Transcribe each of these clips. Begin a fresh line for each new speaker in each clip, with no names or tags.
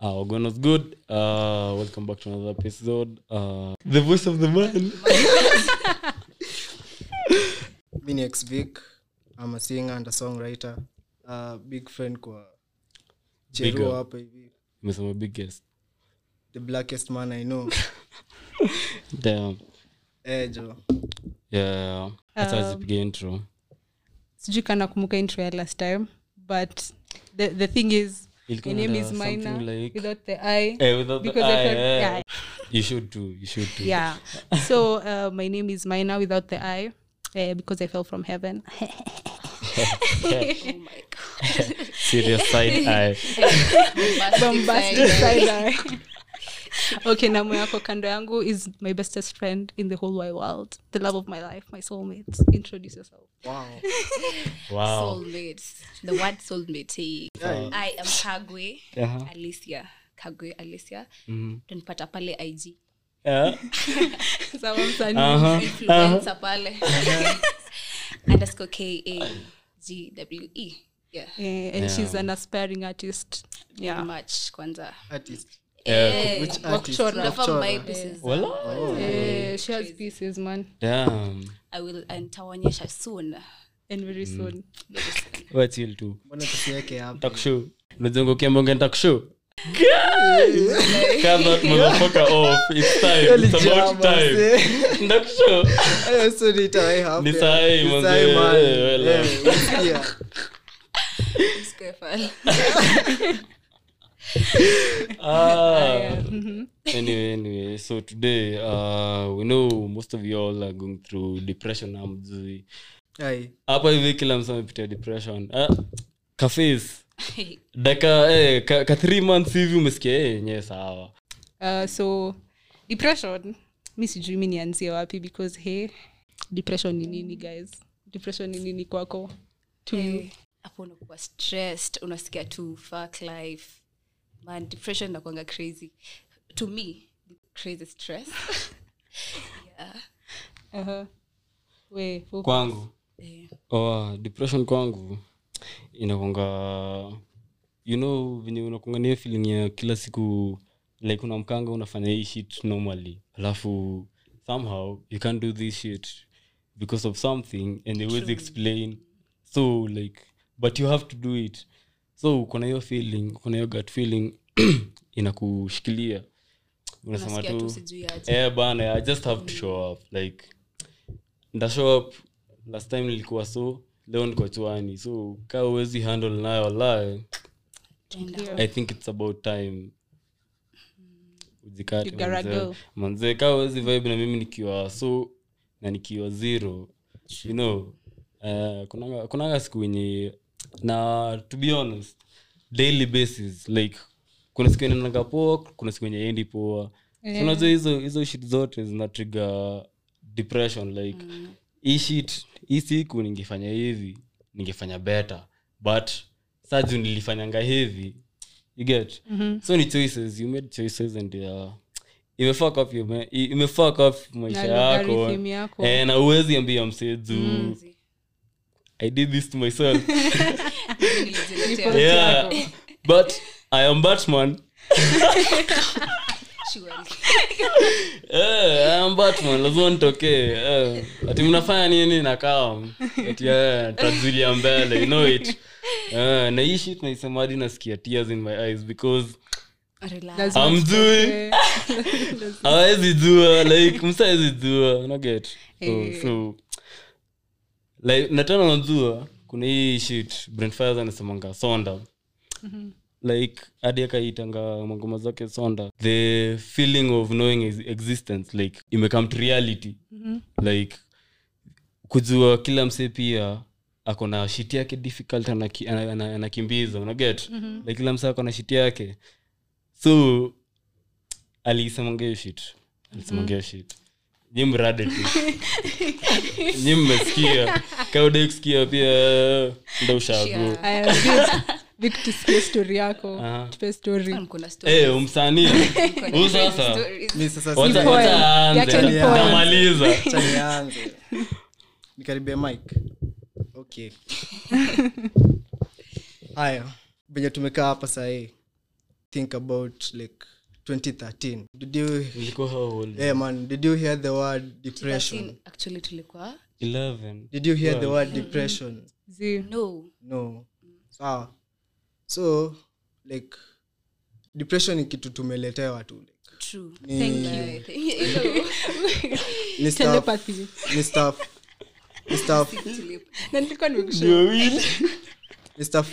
Uh, we're going with good. Uh, welcome back to another episode. Uh, the voice of the man.
mi ni xbik ama singer and a songwriter uh, big friend kwa
Big
cheruo
up.
hapa hivi
Nimesema big guest.
the blackest man i know Eh,
Damn.
ejo
Yeah. Hata
Um,
zipige intro.
sijui kana kumbuka intro ya last time but the, the thing is
Ilikuwa
my name
inaenda
is minor
something like-
without the i
Eh, without the
because
eye,
I felt,
eh.
yeah,
You should too. You should too.
yeah. so uh, my name is minor without the i uh, because i fell from heaven
Serious side eye.
bombastic side eye. okay namo yako kando yangu is my bestest friend in the whole wide world the love of my life my soulmate introduce yourself
wow
Wow.
Soulmates. The word soulmate. eh. I am Kagwe
Uh-huh. Mm-hmm.
Alicia. Kagwe Alicia. Tunipata pale IG.
Yeah.
Sawa, msanii.
Uh-huh.
Influencer pale. Underscore K A G W E. Yeah.
Eh, and she's an aspiring artist
Very
yeah
much Eh. kwanza.
artist
Yeah.
which artist
Wakuchora.
Unafaa mbae pieces.
Wala?
Eh, she has pieces man
Damn.
I will and nitawaonyesha soon.
and very
Mm.
soon
Very soon.
What's you too?
mbona tusiweke hapa
takushu unazungukia mbonge takushu Cut that motherfucker off. It's time. It's about time. Nitakushow.
Eh,
Ni saa hii, manze. Eh, wala.
Square file.
Ah. anyway, anyway, so today uh, we know most of you all are going through depression na mzui hapa hivi kila msa amepitia depression Ah, kafis daka eh, ka, ka three months hivi umesikia eh, yenyewe sawa
uh, so depression mi sijui mi nianzie wapi because he depression ni nini guys depression ni nini kwako to you
hapo unakuwa stressed unasikia tu fuck life man depression inakwanga crazy to me crazy stress
uh-huh. we fu-
kwangu
Eh.
oh, depression kwangu inakonga you know venye unakonga niyo feeling ya kila siku like unamkanga unafanya hii shit normally alafu somehow you can't do this shit because of something and they always explain so like but you have to do it so kuna hiyo feeling kuna hiyo gut feeling inakushikilia unasema
unasikia tu
tu
sijui aje
Eh, bana i just have to show up like nda show up last time nilikuwa so leo niko chwani so kaa uwezi handle nayo la i think it's about time ujikate
You gotta
manze.
go.
manze kaa uwezi vibe na mimi nikiwa so na nikiwa zero you know eh, kunanga- kunanga siku yenye na to be honest daily basis like kuna siku yenye naendanga poa kuna siku yenye endi poa yeah. unajua hizo hizo shit zote zina trigger depression like
Mm.
hii shit hii siku ningefanya hivi ningefanya better but saju nilifanyanga hivi you get mm-hmm. so ni choices you made choices and uh, imefuck up your ma- i- imefuck up maisha
Na
yako
algorithm yako.
eh, na uwezi ambia mseju mm. i did this to myself
nilijiletea
yeah but i am batman
surely.
Eh, I am batman lazima nitokee eh. ati mnafanya nini nakam ati eh, tazulia mbele you know it eh, na hii shit naisema hadi nasikia tears in my eyes because
Relax.
Lazima
amjui
Eh,
awezi jua like msa awezi jua unaget so, so like na tena unajua kuna hii shit brentfires anasemanga sonda like hadi akaitanga mangoma zake sonda the feeling of knowing his existence like imecome to reality like kujua kila msee pia ako na shiti yake difficult anaki- ana- ana- anakimbiza unaget like kila msee ako na shiti yake so aliisemanga hiyo shit alisemanga hiyo shit nyi mrade tu nyi mmesikia kaudai kusikia pia ndo ushago
I am good. Vic, tusikie story yako
Aha.
tupe story
Mko na story.
Eh, umsanii
Mko na
huu sasa
stories.
mi sasa
wacha-
si-
poem.
wacha aanze,
Yake ni poem.
tamaliza
Acha nianze nikaribia mike okay haya venye tumekaa hapa sahii think about like 2013 did you
nilikuwa how old?
yeah man did you hear the word depression
13 actually tulikuwa
11.
did you hear the word depression
Zee.
no
no sawa so like depression ni kitu tumeletewa tu like,
true
ni-
Like, you know,
ni stuff-
Telepathy.
ni stuff ni stuff
tulip-
Na nilikuwa nimekushua.
Ndio wili.
ni stuff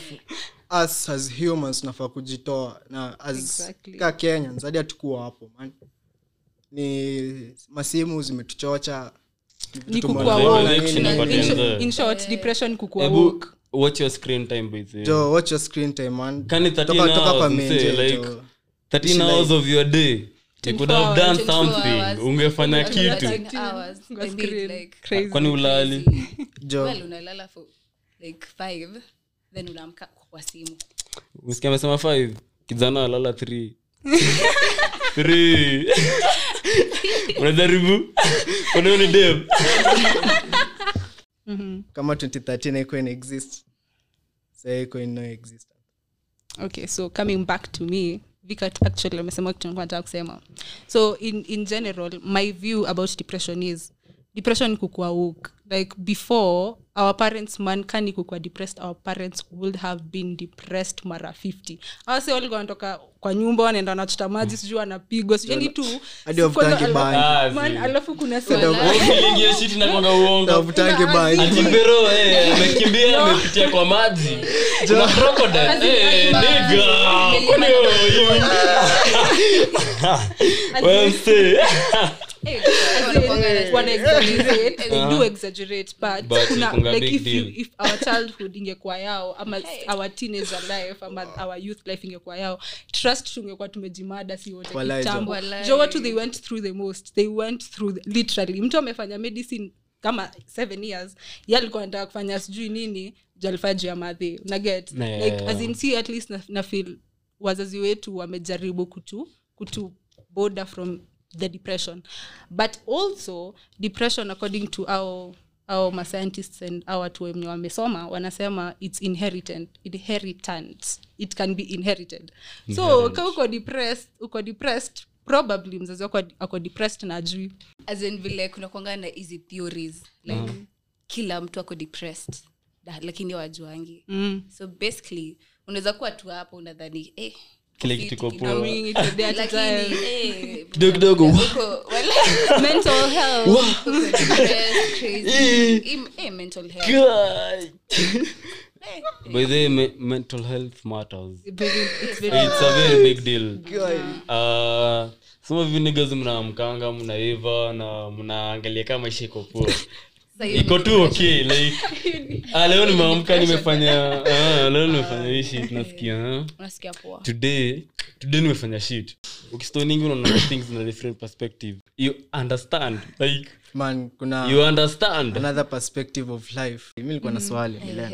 us as humans tunafaa kujitoa na as
Exactly.
ka kenyans hadi hatukuwa hapo man ni masimu zimetuchocha ni vitu
Ni
tumeona
kukua
na
woke.
Direction
nini.
ya
In short-
Enzo.
in short, depression kukua
Hebu
woke.
watch your screen time by the way.
jo watch your screen time man
Kani
Toka-
13
toka kwa
hours,
main,
msee,
jo,
like,
jo.
13 hours of your day you could have
hours,
done
24 hours.
something ungefanya kitu
13 hours.
Kwa
I mean,
screen.
like,
Crazy.
kwani ulali
Jo.
well unalala for like five then unaamka kwa simu
msikia amesema 5 kijana alala 3 3 unajaribu kwani ni dem
kama 2013 haikuwa ina exist sasa haikuwa ina exist
okay so coming back to me vikat actually amesema kitu nilikuwa nataka kusema so in, in general my view about depression is depression kukua woke like before our parents mankani kukua depressed our parents would have been depressed mara 50 awase walikuwa wanatoka kwa nyumba wanaenda wanachota maji sijui wanapigwa sijui yani tu
Hadi wavutangi
kwanza
bangi.
alafu- man, alafu kuna sema
Wewe feeling hiyo shit inakwanga uongo
Tafutange bangi.
Ati bro, eh, amekimbia amepitia kwa maji Kuna crocodile. Eh, nigga, kwani wewe you- Well, say.
wana exaggerate and they do exaggerate but,
But
kuna
kuna
like
big
if, you,
deal.
if our childhood ingekuwa yao ama our teenager life ama our youth life ingekuwa yao trust tungekuwa tumejimada si wote
Walai, Jo.
kitambo
Walai.
jo watu they went through the most they went through the, literally mtu amefanya medicine kama seven years ye alikuwa anataka kufanya sijui nini jo alifanya juu ya madhi naget
Yeah,
like
yeah,
as
yeah.
in si at least na, na feel wazazi wetu wamejaribu kutu kutu border from the depression but also depression according to our our ma scientists and our watu wenye wamesoma wanasema its inheritant inheritance it can be inherited so ka uko depressed uko depressed probably mzazi wako ako depressed na ajui
as in vile kuna kwanga na hizi theories like
Mm.
kila mtu ako depressed da, lakini wajuangi
mm.
so basically unaweza kuwa tu hapo unadhani eh,
Kila
fit
kitu iko
kidogo,
poa.
I mean, it's a day at a time.
lakini, eh,
Kidogo kidogo.
uko- wala-
mental health
uko depressed, crazy. Im- eh, mental health.
God. By the way, me- mental health matters.
It's very- it's very-
It's a very big deal. Uh, some of you niggas mnaamkanga mnaiva na mnaangalia kama maisha iko poa
Sasa hiyo
iko
ni
tu okay like ah, leo nimeamka nimefanya ah, leo nimefanya hii shit nasikia ah.
unasikia poa
today today nimefanya shit ukistoningi unaona things in a different perspective you understand like
man kuna
you understand
another perspective of life mi nilikuwa na swali Milena.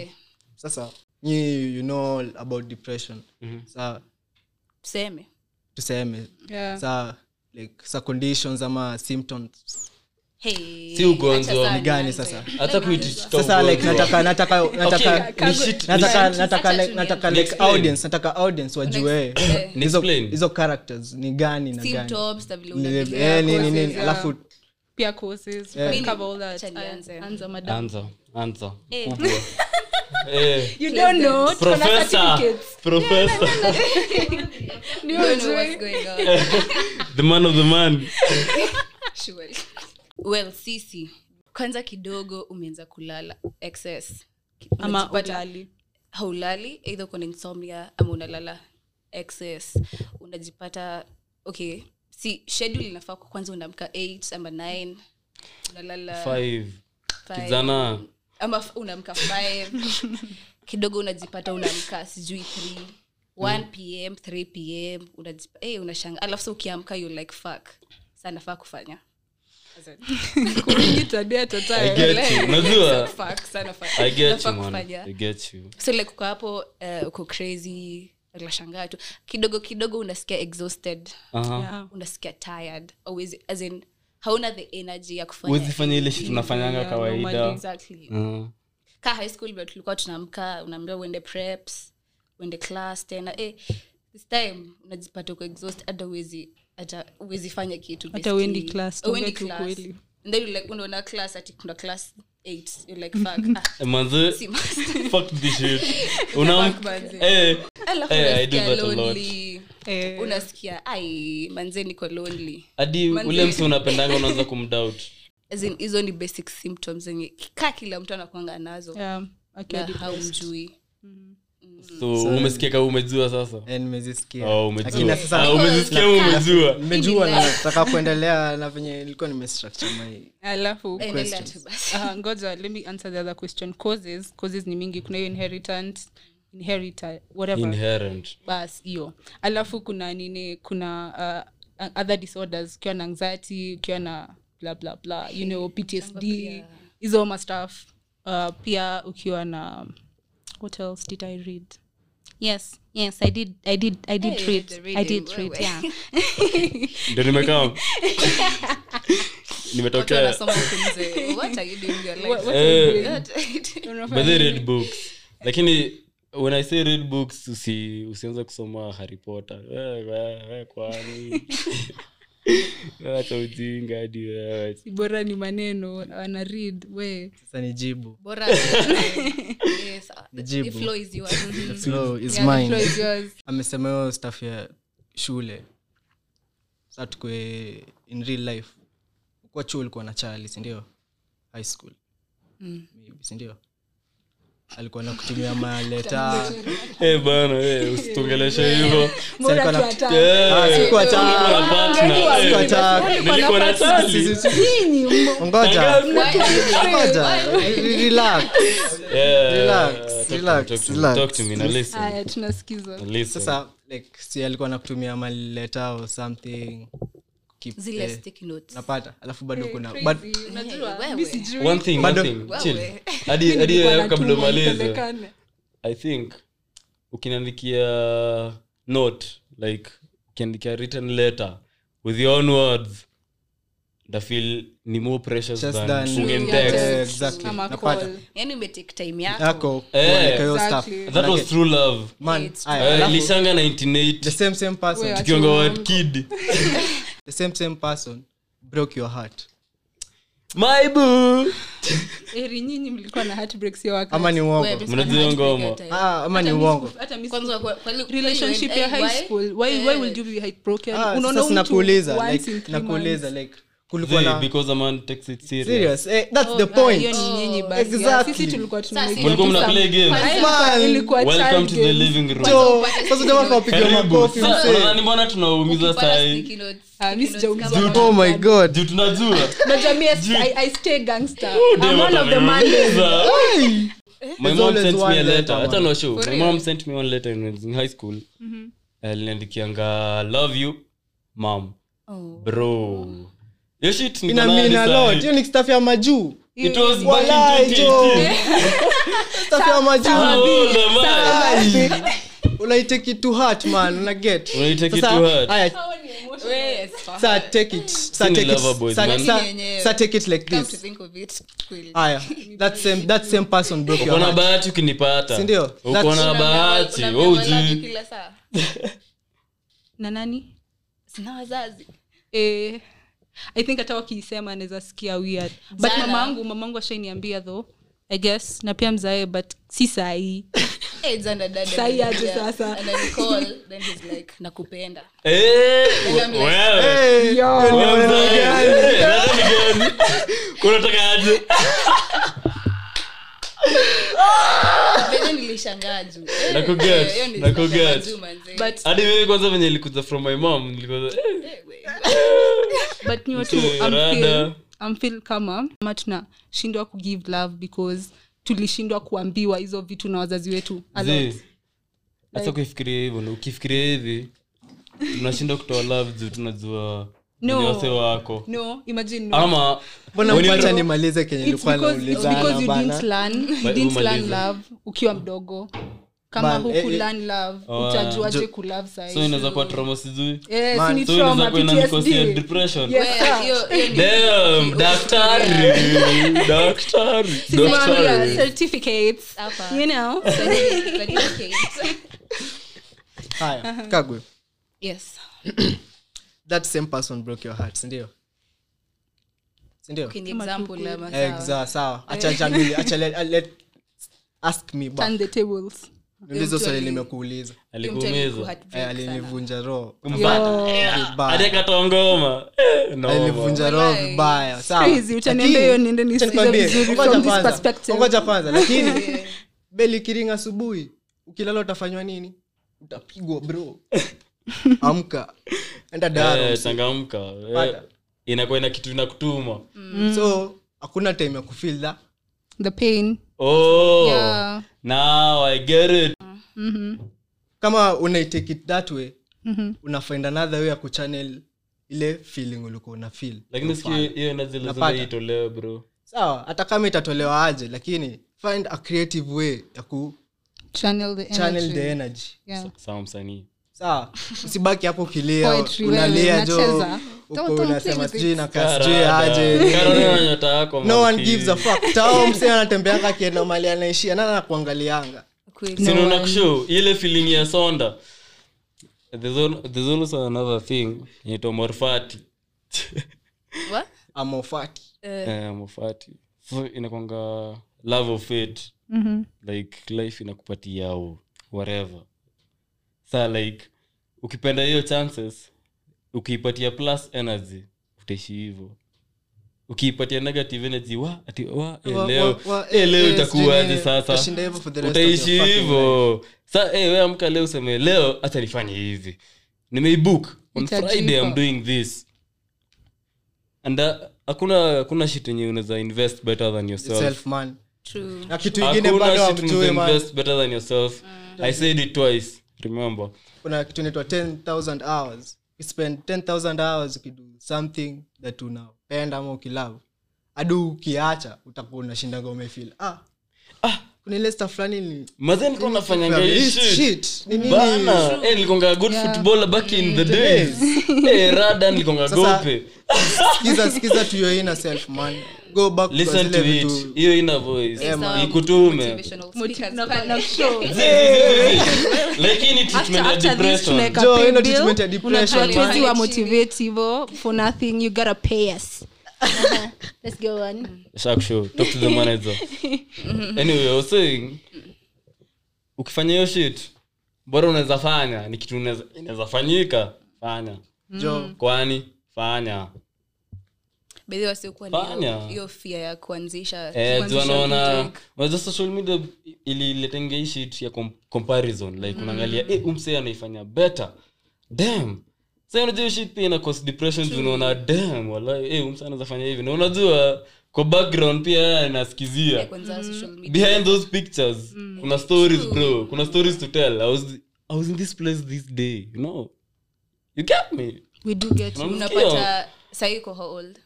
sasa nyi you know all about depression
Mm-hmm.
sa
tuseme
tuseme
yeah.
sa like sa conditions ama symptoms
Hey,
Si ugonjwa.
acha sana,
Ni gani
acha.
sasa?
hata kuitichita
sasa like nataka nataka nataka
Okay, ni shit-
nataka
ni-
nataka
Acha
like
tu
nataka
nianze.
like audience nataka audience wajue
Eh,
Ni
hizo
explain.
hizo characters ni gani na gani
symptoms na vile
Ni-
unavyo-
eh, nini nini
yeah.
alafu
peer courses
Yeah.
we can cover all that
Acha nianze.
Uh, anza madam
anza anza
Eh.
kubwa eh
you don't know tuko na
professor
certificates
professor
Ndio
Don't know
ujue.
what's going on.
the man of the man
Sure. well sisi kwanza kidogo umeanza kulala excess Ki-
ama
unajipata-
ulali
haulali eidha uko na insomnia ama unalala excess unajipata okay si schedule inafaa kwa kwanza unaamka 8 ama 9 unalala
five
five.
kijana
ama f- unaamka 5 kidogo unajipata unaamka sijui 3 1 pm 3 pm unajipa- eh, unashanga alafu sa ukiamka you like fuck sa nafaa kufanya As in,
kuingi tabia at a time.
I get you. Unajua?
fuck, sa nafaa-
i get
nafaa
you man
kufanya
i get you
so like uko hapo uh, uko crazy lashangaa tu kidogo kidogo unasikia exhausted
aha
Yeah.
unasikia tired always, as in, hauna the energy ya kufanya
wezifanya ile shit unafanyanga
Yeah,
kawaida
normally.
exactly
Mhm.
ka high school vile tulikuwa tunaamka unaambiwa uende preps uende class tena eh, this time unajipata uko exhaust hata uwezi hata uwezi fanya kitu
Hata uendi
basically.
class,
Au uendi
tuongee tu
class.
ukweli.
And then you're like unaona class ati kuna class 8 you're like fuck ah,
Eh, manze
si must.
fuck this shit Unam-
Fuck manze.
eh
Alafu
Eh, I do
unasikia
that a lot.
lonely.
Eh.
unasikia ai manze niko lonely
hadi
Manze.
ule msi unapendanga unaanza kumdoubt
As in, hizo ni basic symptoms zenye kaa kila mtu anakwanga nazo
Yeah, akiwa
na
depressed.
haumjui
so umesikia kama umejua sasa
Eh, nimezisikia
Oh, umejua.
Lakini na sasa-
Ah, umezisikia au umejua
nimejua na nataka kuendelea na venye ilikuwa nimestructure my
alafu
endelea tu basi
uh, ngoja let me answer the other question causes causes ni mingi kuna hiyo inheritance inherita whatever
inherent
bas hiyo alafu kuna nini kuna uh, other disorders ukiwa na anxiety ukiwa na bla bla bla you know ptsd hizo ma stuff uh, pia ukiwa na what else did i read yes yes i did i did i did
Hey,
read
the
i
reading,
did read
wewe.
yeah
ndio nimekaa
Watu
nimetokea
wanasoma huku nje. What are you doing with your life?
What- what
Eh.
are you doing?
That-
by the way, read books lakini when i say read books usi usianze kusoma harry potter we, we, we, kwani acha ujinga hadi wewe
Si bora ni maneno ana read we
sasa nijibu
Bora- Yes, uh,
Jibu.
the
Mm-hmm.
floor is yours. Mm-hmm.
The flow is
Yeah, the
mine.
floor is yours.
amesema hiyo staff ya shule sa tukue in real life kuwa chuo ulikuwa na chali sindio high school maybe sindio alikuwa na kutumia maleta
eh bana eh usitongeleshe hivyo
Sa alikuwa na-
Watu watano.
Ah,
Eh,
sikuwa
nilikuwa na
chali.
partner,
Sikuwa
eh.
chali.
nilikuwa na chali
Ngoja. Ngoja.
Why- why-
Relax.
Yeah. Talk
Relax,
to me,
relax,
Eh, talk to me,
relax.
talk to me, na listen,
haya tunasikiza
na listen.
sasa like si alikuwa na kutumia maleta or something keep
Zile
Eh.
the-
sticky notes.
napata alafu bado kuna but-
Crazy, unajua,
Wewe.
mi sijui.
One thing, one
Bado-
thing,
Wewe.
chill. Hadi- hadi
Nilikuwa
wewe kabla
natuma,
umalize
nipelekane.
i think ukiniandikia note like ukiandikia written letter with your own words ndafil ni more precious
Just
than
than-
ungeni
Yeah,
text.
yeah, Eh, exactly.
Ama
Napata.
call.
Yaani umetake time yako.
Ah,
yako
Eh,
kuandika hiyo stuff.
exactly.
that was true love
Man,
It's
aya,
Eh,
alafu
ilishanga
the
98
same same person
Wait,
tukiongea wa
Acha
kid
the same same person broke your heart
my boo
eri nyinyi mlikuwa na heartbreaks ya wakati.
ama ni
Wewe,
uongo
this
Mnajua
one
ngoma.
had bigger time.
ah, ama ni
Hata mi
uongo
siku- hata mi siku-
Kwanza kwa- kwa- kweli-
relationship
kweli
ya
when-
high
why? Eh.
school why, why would you be heartbroken
Ah,
Unaona
sasa
mtu
nakuuliza
once
like
in three
nakuuliza
months.
like kulikuwa na
because a man takes it serious
serious eh, that's the
Ah, hiyo
point
ni nyinyi
Oh,
basi.
exactly.
Sisi tulikuwa
Sasa
tunaigiza
mulikuwa
tu
mna
some-
play game
Kwanza
Man.
ilikuwa
welcome
child
to the
game.
living room
Jo, sasa jamaa tunapiga
karibu
makofi
Sasa,
msee
nadhani mbona tunaumiza
Ukipata
sai
sticky notes,
Ah, mi
sticky
sijauliza
notes
bana.
oh my god
juu tunajua
Unajua mi I- I stay gangster. Ah, I'm
Dem
one of the man-
ataniuliza.
Hey!
My
There's
mom
always
sent me
one
a letter.
letter,
Hata
man.
no show. My mom sent me one letter when I was in high school. Aliniandikianga, love you mom
Oh.
bro Yo shit niko
Ina
nayo
mean a
hadi
lot.
sahi.
hiyo ni staff ya majuu
It was back in
Walai, jo.
2018.
staff ya
How
majuu
old am I?
unaiteki to heart man una get
Unaitake it
Sasa,
to heart.
aya,
Yes, fuck.
sasa take it sasa
Sini
take it
lover boys,
sasa-
man.
sasa-
Yenyewe.
sasa take it like
Come to
this
think of it, kweli.
Ah,
aya that same that same person broke your
Uko na
heart
bahati ukinipata
Si ndio?
uko
That's-
na bahati
Unaambiwa-
wewe
unaambiwa love you
hujui.
kila saa.
na nani
Sina wazazi.
eh, i think hata wakiisema anaweza sikia weird but
Jana.
mamangu mamangu ashainiambia though i guess na pia mzae but si sahii
Eh, jana dada
Sahi aje
alikuja,
sasa.
ananicall, then he's like, nakupenda
Eh, wewe.
Hey, hiyo Eh, ni
Wewe
maneno
mzae.
gani?
Eh, nani ni gani? Unataka aje?
Venye nilishangaa juu. Eh,
Nakuget,
eh, hiyo nilishangaa
nakuget.
juu manze.
but
Hadi mimi kwanza venye ilikuja from my mom nilikuwa
Eh, we-
but ni watu
Mzee,
amfil
rada.
amfil kama kama tunashindwa kugive love because tulishindwa kuambiwa hizo vitu na wazazi wetu a lot.
Zee, hata kuifikiria hivyo na ukifikiria hivi tunashinda kutoa love juu tunajua
No.
wenye wase wako
no imagine no.
ama
mbona
When you
mpacha
do-
nimalize kenye
It's
nilikuwa
because, it's because
naulizana
you didn't
bana
learn, you
Ba-
didn't learn
umalize.
love ukiwa mdogo kama
Man, eh,
huku
eh.
learn love
Oh,
utajuaje kulove
so inaweza kuwa trauma sijui
sahiso
Man,
Eh, ni
so inaweza
trauma
kuwa inanikosia
PTSD
depression
Yes,
we-
sir.
Eh, hiyo- hiyo ni-
Damn, daktari daktari daktari
certificates
Hapa.
you know
But it's okay.
Uh-huh.
haya kagwe
yes
that same person broke your heart sindio sindio
Okay, ni example ama sawa.
exa sawa
Eh.
acha acha mimi acha let, let ask me back
turn the tables
ndizo swali nimekuuliza
Mtu
alikuumiza
alikuwa
eh,
heartbreak sana.
alinivunja roho
kumbata
vibaya
adekatongoma Oh,
alivunja roho
Why?
vibaya
Crazy, utaniambia hiyo niende nisikize vizuri from this perspective.
sawangoja kwanza lakini beli kiring asubuhi ukilala utafanywa nini utapigwa bro amka enda daro
changamka Eh,
Pata.
inakuwa ina kitu inakutuma
Mm.
so hakuna time ya kufil that
the pain
oh
Yeah.
now i get it
kama unaitake it that way
Mhm.
unafind another way ya kuchannel ile feeling ulikuwa una feel
lakini siku hiyo energy lazima
Napata.
itolewe bro
sawa hata kama itatolewa aje lakini find a creative way ya ku
channel the
channel
energy.
the energy
Yeah.
sawa msanii
sawa usibaki hapo ukilia
Poetry,
unalia
wewe,
jo
unacheza.
uko
Don't- don't play
unasema
with
sijui
it.
na kasijui aje
Karara na nyota yako
no one
marafiki.
gives a fuck tao msee anatembeanga akienda mali anaishia nana anakuangalianga
Kweli.
Si unaona kushow, ile feeling ya sonda there's, al- there's also another thing inaitwa morfati
What?
amofati
Eh, morfati so inakwanga love of it
Mhm.
like life inakupatia au whatever sa like ukipenda hiyo chances ukiipatia plus energy utaishi hivyo ukiipatia negative energy wa ati wa eh,
Wa-
leo
wa- wa-
eh, leo
eh,
itakuwaje
sijui,
sasa
utashinda hivyo for the rest of your
utaishi
fucking
hivyo sa eh, we amka leo useme leo hata nifanye hivi nimeibook on
Nitajipa.
friday i'm doing this and uh, hakuna hakuna shit yenye unaweza invest better than yourself
self man
True.
na kitu ingine bado
Hakuna shit
hamjui
mtu
man
invest better than yourself.
Mm.
I said it twice. Remember.
kuna kitu inaitwa 10000 hours you spend 10000 hours ukido something that unapenda ama ukilove adu ukiacha utakuwa unashindaga umefil ah
Ah.
kuna ile stuff fulani ni
Mazee nilikuwa nafanyanga hii
Hii
shit.
shit, Mm. ni nini?
Bana, eh, nilikonga good footballer back in the days. Eh, rada nilikonga
Sasa-
gope.
Sikiza- sikiza to your inner self man go back to
Listen
zile
to it.
vitu Eh,
Hiyo ina voice.
Yes, our
Ikutume.
motivational
Motiv-
speakers
na-
pale.
na show.
Lakini
After-
treatment ya
after this,
depression.
tunaweka
Joe,
pay
hilo
bill,
treatment ya depression,
unataka
man.
tuzi wa motivate hivyo, for nothing you gotta pay us Uh-huh. let's go on
Shark show. Talk to the manager. Anyway, I was saying ukifanya hiyo shit bora unaweza fanya ni kitu unaweza- inaweza fanyika fanya
jo
kwani fanya
By the way, wasiokuwa na hiyo-
Fanya.
hiyo fear ya kuanzisha
Eh, juu
kuanzisha
anaona
kitu.
unajua social media ililetenge hii shit ya com- comparison like
Mm.
unaangalia eh, umse anaifanya better damn sasa unajua hiyo shit pia ina cause depression juu unaona damn wallahi eh, umse anaweza fanya hivi na unajua kwa background pia yeye anasikizia
Kwanza
Mm.
social media.
behind those pictures
Mm.
kuna stories bro kuna stories to tell i was i was in this place this day you know you get me
we do get you.
Unamsikia?
unapata sahii uko how old?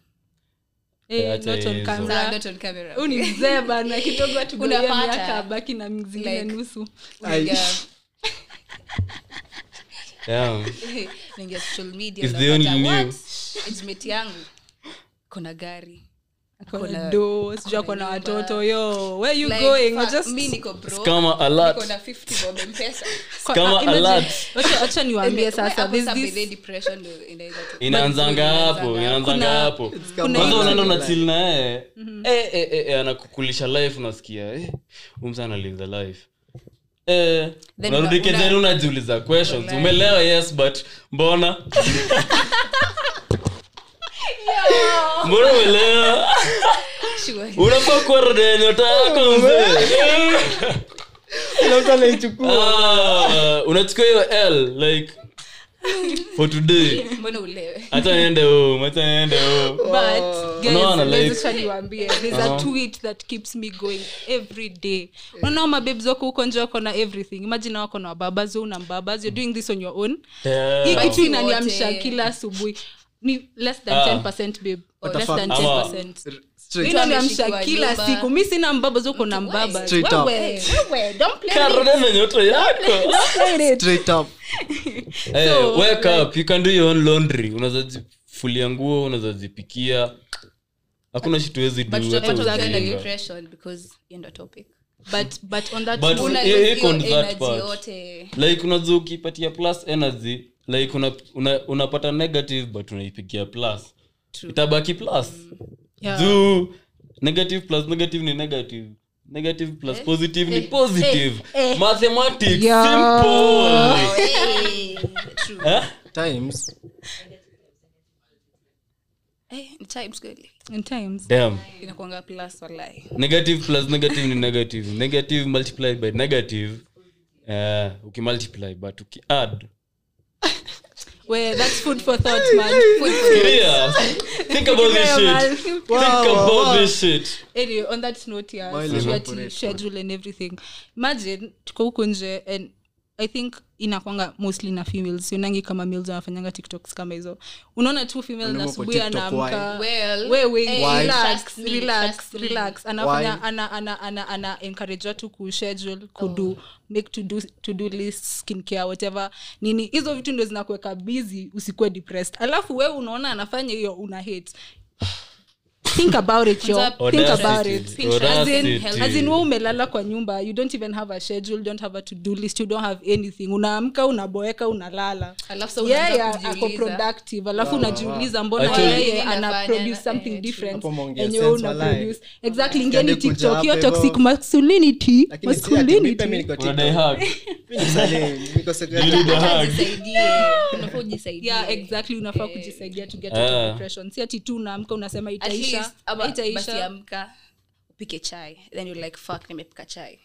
Eh,
acha
not on
hizo.
camera.
Sawa, not on camera.
Huu ni mzee bana kidogo atugoia
Unapata.
miaka abaki na mzingine
Like-
nusu
I-
Unaingia-
damn
unaingia social media,
It's the only
unapata,
new.
"What? Age-mate yangu kuna gari
akona
Kuna-
do sijua akona
nyumba.
watoto yo where you
Like,
going
fuck,
Or just
mi niko broke,
kama alert
niko na 50 bob M-Pesa.
Kwa-
kama
ah, imagine-
alert.
Wacha- wacha niwaambie
Where
sasa
hapo
there's
sasa
this-
birthday depression ndio inaanza tu.
inaanzanga
Inaanzanga
hapo inaanzanga
Kuna-
hapo
kama-
kwanza
kuna-
unaenda unachil naye
Mhm.
Eh, eh, eh, eh, anakukulisha life unasikia eh, umsa analinza life Eh,
Then
unarudi
una- una-
kejani unajiuliza questions umelewa yes but mbona mbona umelewa
Sure.
unafaa kuwa rada ya nyota
Oh,
yako mzee
Kila mtu anaichukua
Ah, unachukua hiyo l like for today
mbona ulewe
hata niende home hata niende home
Oh.
but guys,
Unaona,
guys,
like- Uh-huh.
wacha niwaambie, there's a tweet that keeps me going every day unaona mabebs wako huko nje wako na everything imagine wako na wababas we una mbabas you're doing this on your own hii
Damn.
kitu
Wote.
inaniamsha kila asubuhi ni less than
Ah.
10% babe or
What the
less
fuck?
than
Ama-
10%
Straight.
Ila-
inaniamsha
ameshikiwa
kila
nyumba.
siku mi sina mbabas uko na mbabas
Straight up.
Wewe, wewe, don't play with
Karada na nyota yako
it.
Straight up.
Eh, wake up you can do your own laundry unaweza zifulia nguo unaweza zipikia hakuna shit huwezi do,
but
hata
tutapata ukiwa na
ukiimba.
depression because hiyo ndio topic
but but on that
But-
note-
Una
Eh,
lose
eh,
hiyo
on that
energy
part.
yote.
like unajua ukiipatia plus energy like una, una, unapata negative but unaipigia plus
True.
itabaki plus
Yeah.
juu negative plus negative ni negative negative plus
Eh,
positive ni positive mathematics
Oh,
simple
Eh, true.
Eh?
times
Eh, ni times kweli.
in times
Damn.
Inakuanga plus walai
negative plus negative ni negative negative multiplied by negative eh, ukimultiply but ukiadd
Well, that's food for thought man Food for-
Fikiria. think about this shit think about this shit
anyway on that note yeah,
While
so we had
evaporate.
to schedule and everything imagine tuko huko nje and i think inakwanga mostly na females sionangi kama males wanafanyanga tiktoks kama hizo unaona tu female na
Wanaenda kwa
asubuhi
TikTok,
anaamka
why?
Well,
we wengi,
eh,
relax,
trust me,
relax,
trust me.
relax.
Why?
anafanya ana, ana, ana, ana encourage watu kuschedule kudu
Oh.
make to do, to do list skincare whatever nini hizo vitu ndio zinakuweka busy usikuwe depressed alafu we unaona anafanya hiyo una hate think about it yo think
Audacity.
about it As in-
Audacity.
as in we umelala kwa nyumba you don't even have a schedule don't have a to do list you don't have anything unaamka unaboeka unalala
Alafu sasa
Yeye
unaanza
ako
kujiuliza.
productive alafu
Ah,
unajiuliza mbona
Actually-
yeye
Nini
ana
nafanya?
produce
Eh,
something
true.
different
Hapo mongea
enye
sense,
una
walai.
produce exactly
Ukiende
ingeni
kuja
tiktok hiyo
hapa hivyo.
toxic masculinity
Lakini si ati nipe mimi
masculinity
niko
Unadai
TikTok.
hug.
Mimi ni Salim, niko secretary.
You need a hug.
Jisaidie. Unafaa ujisaidie.
yeah exactly unafaa kujisaidia to get out
Ah.
of depression si ati tu unaamka unasema
At
itaisha
least, ama basi
itaisha
amka upike chai then you're like fuck nimepika chai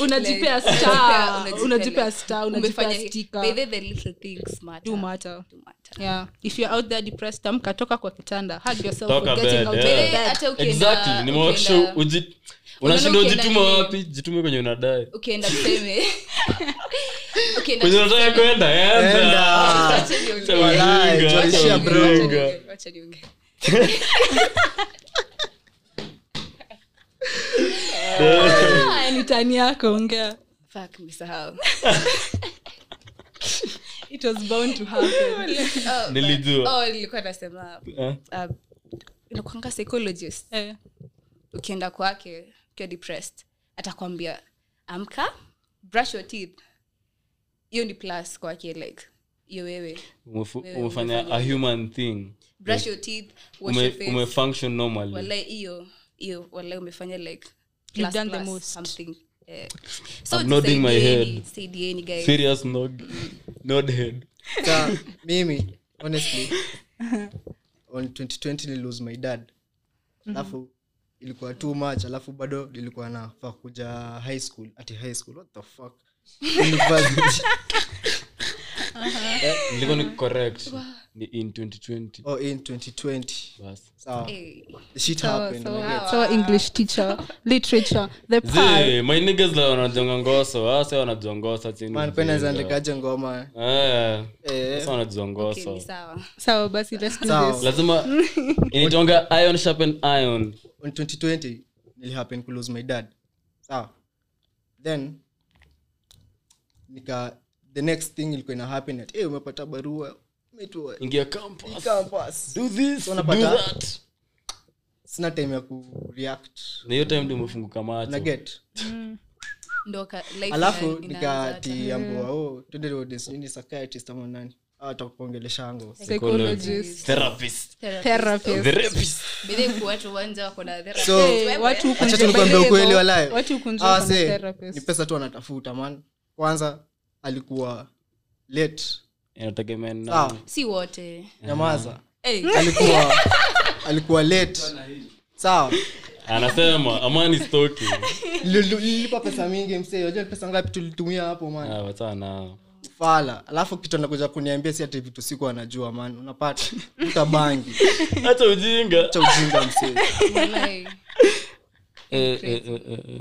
unajipea
Like,
star
unajipea-
unajipea star unajipea
Umefanya- by
sticker
the- the little things matter.
do matter
Do matter.
yeah if you're out there depressed tamka toka kwa kitanda hug yourself
Toka
for getting
bed,
out of
yeah.
Eh,
bed
hata ukienda-
exactly nimewakisha
ukienda-
uji unashinda
ukienda
ujituma
nini?
wapi jitume kwenye unadai
ukienda tuseme Ukienda
kwenye
tuseme-
unataka kwenda
Enda.
enda
Wacha niongee.
Acha
Walai,
ujinga, acha
tunaishia bro.
Wacha
ujinga.
niongee, wacha niongee.
Ah, ni tani yako ongea
Fuck, nimesahau.
it was bound to happen
Oh,
Nilijua.
oh, nilikuwa nasema
Eh?
um, inakuanga psychologist
eh.
ukienda kwake ukiwa depressed atakwambia amka brush your teeth hiyo ni plus kwake like hiyo wewe
Umefu-
Wewe
umefanya a human thing
brush your teeth wash
Ume-
your face
umefunction normally
walai hiyo hiyo walai umefanya like
You've
plus,
done the
plus,
most.
something eh. so
I'm nodding my
jisaidieni,
head.
saidieni guys
serious nod nod head
Sa- mimi honestly on 2020 nililose my dad alafu ilikuwa too much alafu bado nilikuwa nafaa kuja high school ati high school what the fuck University.
nilikuwa ni correct ni in 2020
oh, in 2020
basi
sawa
Eh,
The shit happened like,
It's our english teacher literature the pie
Zee, my niggas la wanajonga ngoso hasa wanajiongosa chini
man kwani naweza andikaje ngoma
Eh,
Eh.
sasa wanajiongosa
okay, ni sawa
sawa basi let's do
Sawa.
this
lazima inatonga iron sharpen iron
on 2020 nilihappen kulose my dad sawa then nika the next thing ilikuwa ina happen at hey, umepata barua umeitwa
ingia campus
campus
do this
So
do
unapata-
that
sina time ya kureact
na hiyo time ndio umefunguka
na
macho
get
ndo ka- life
alafu "Oh,
ina- inaanza hata. Mm.
nikatiambua o tudeodesini psychiatrist ama nani Ah, atakuongelesha ango
psychologist
therapist
Therapy.
therapist
therapist
Bidhe watu wanja wako na therapy.
So-
Wewe,
Eh, watu huku
acha
nje-
tulikwambia ukweli walaye
Watu huku nje
Ah,
Hawa
wana
see,
therapist.
ni pesa tu anatafuta man kwanza alikuwa late
inategemea ni nani.
sawa
si wote
nyamaza
Eh,
alikuwa alikuwa late sawa
anasema amani stoki
Lulu- nilipa pesa mingi msee unajua ni pesa ngapi tulitumia hapo
Ah,
man
wachanao
fala alafu kitu anakuja kuniambia si ati vitu siku anajua man unapata utabangi
hata ujinga
cha ujinga msee
walai.
Eh, eh, eh, eh, eh.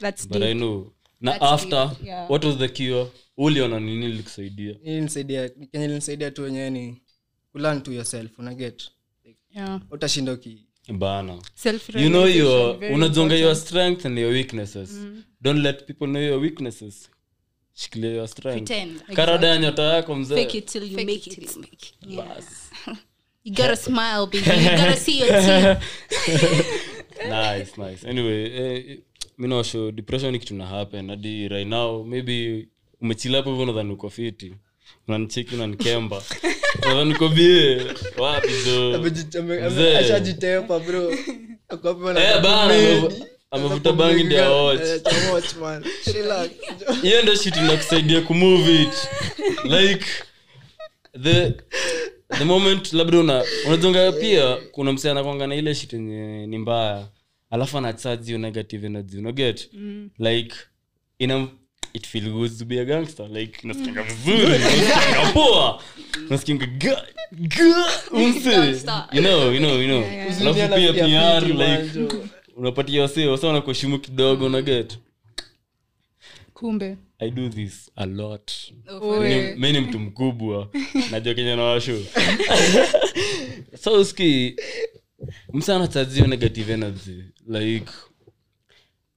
That's
but
deep.
i know na
That's
after
deep, yeah.
what was the cure uliona nini likusaidia
ilinisaidia kenye ilinisaidia tu wenyewe ni kulan to yourself unaget
Yeah.
utashinda uki
bana you know
Self-realization,
your
very
unajonga
important. Mm.
your strength and your weaknesses don't let people know your weaknesses shikilia your strength
Pretend.
karada ya nyota yako mzee
Fake it till you
Fake
make
it
it.
till you make it.
You gotta smile, baby.
You gotta see your teeth.
nice nice anyway eh, mi naosho depression ni kitu na happen hadi right now maybe umechilapo hivyo nadhani uko fiti unanicheki unanikemba nadhani uko bie wapi do Mzee.
ashajitepa bro Ako hapo na-
Eh, bana, amevu- amevuta bangi ndio awatch.
Eh, ta watch, man. Relax.
hiyo ndo shit inakusaidia kumove it like the the moment labda una unazonga pia kuna msee anakwanga na ile shit yenye ni mbaya alafu anacharge hiyo negative energy unaget like ina it feel good to be a gangster like nasikia vizuri nasikia poa nasikia ga umse
Gangster.
you know you know you know alafu
Usiniana
pia
pia
PR
fiti, man,
like
jo.
unapatia wasee wasee wanakuheshimu kidogo unaget
kumbe
i do this a lot
Oh,
Oe.
Ni- mi ni mtu mkubwa najua kenye nawashu so ski mse anachazio negative energy like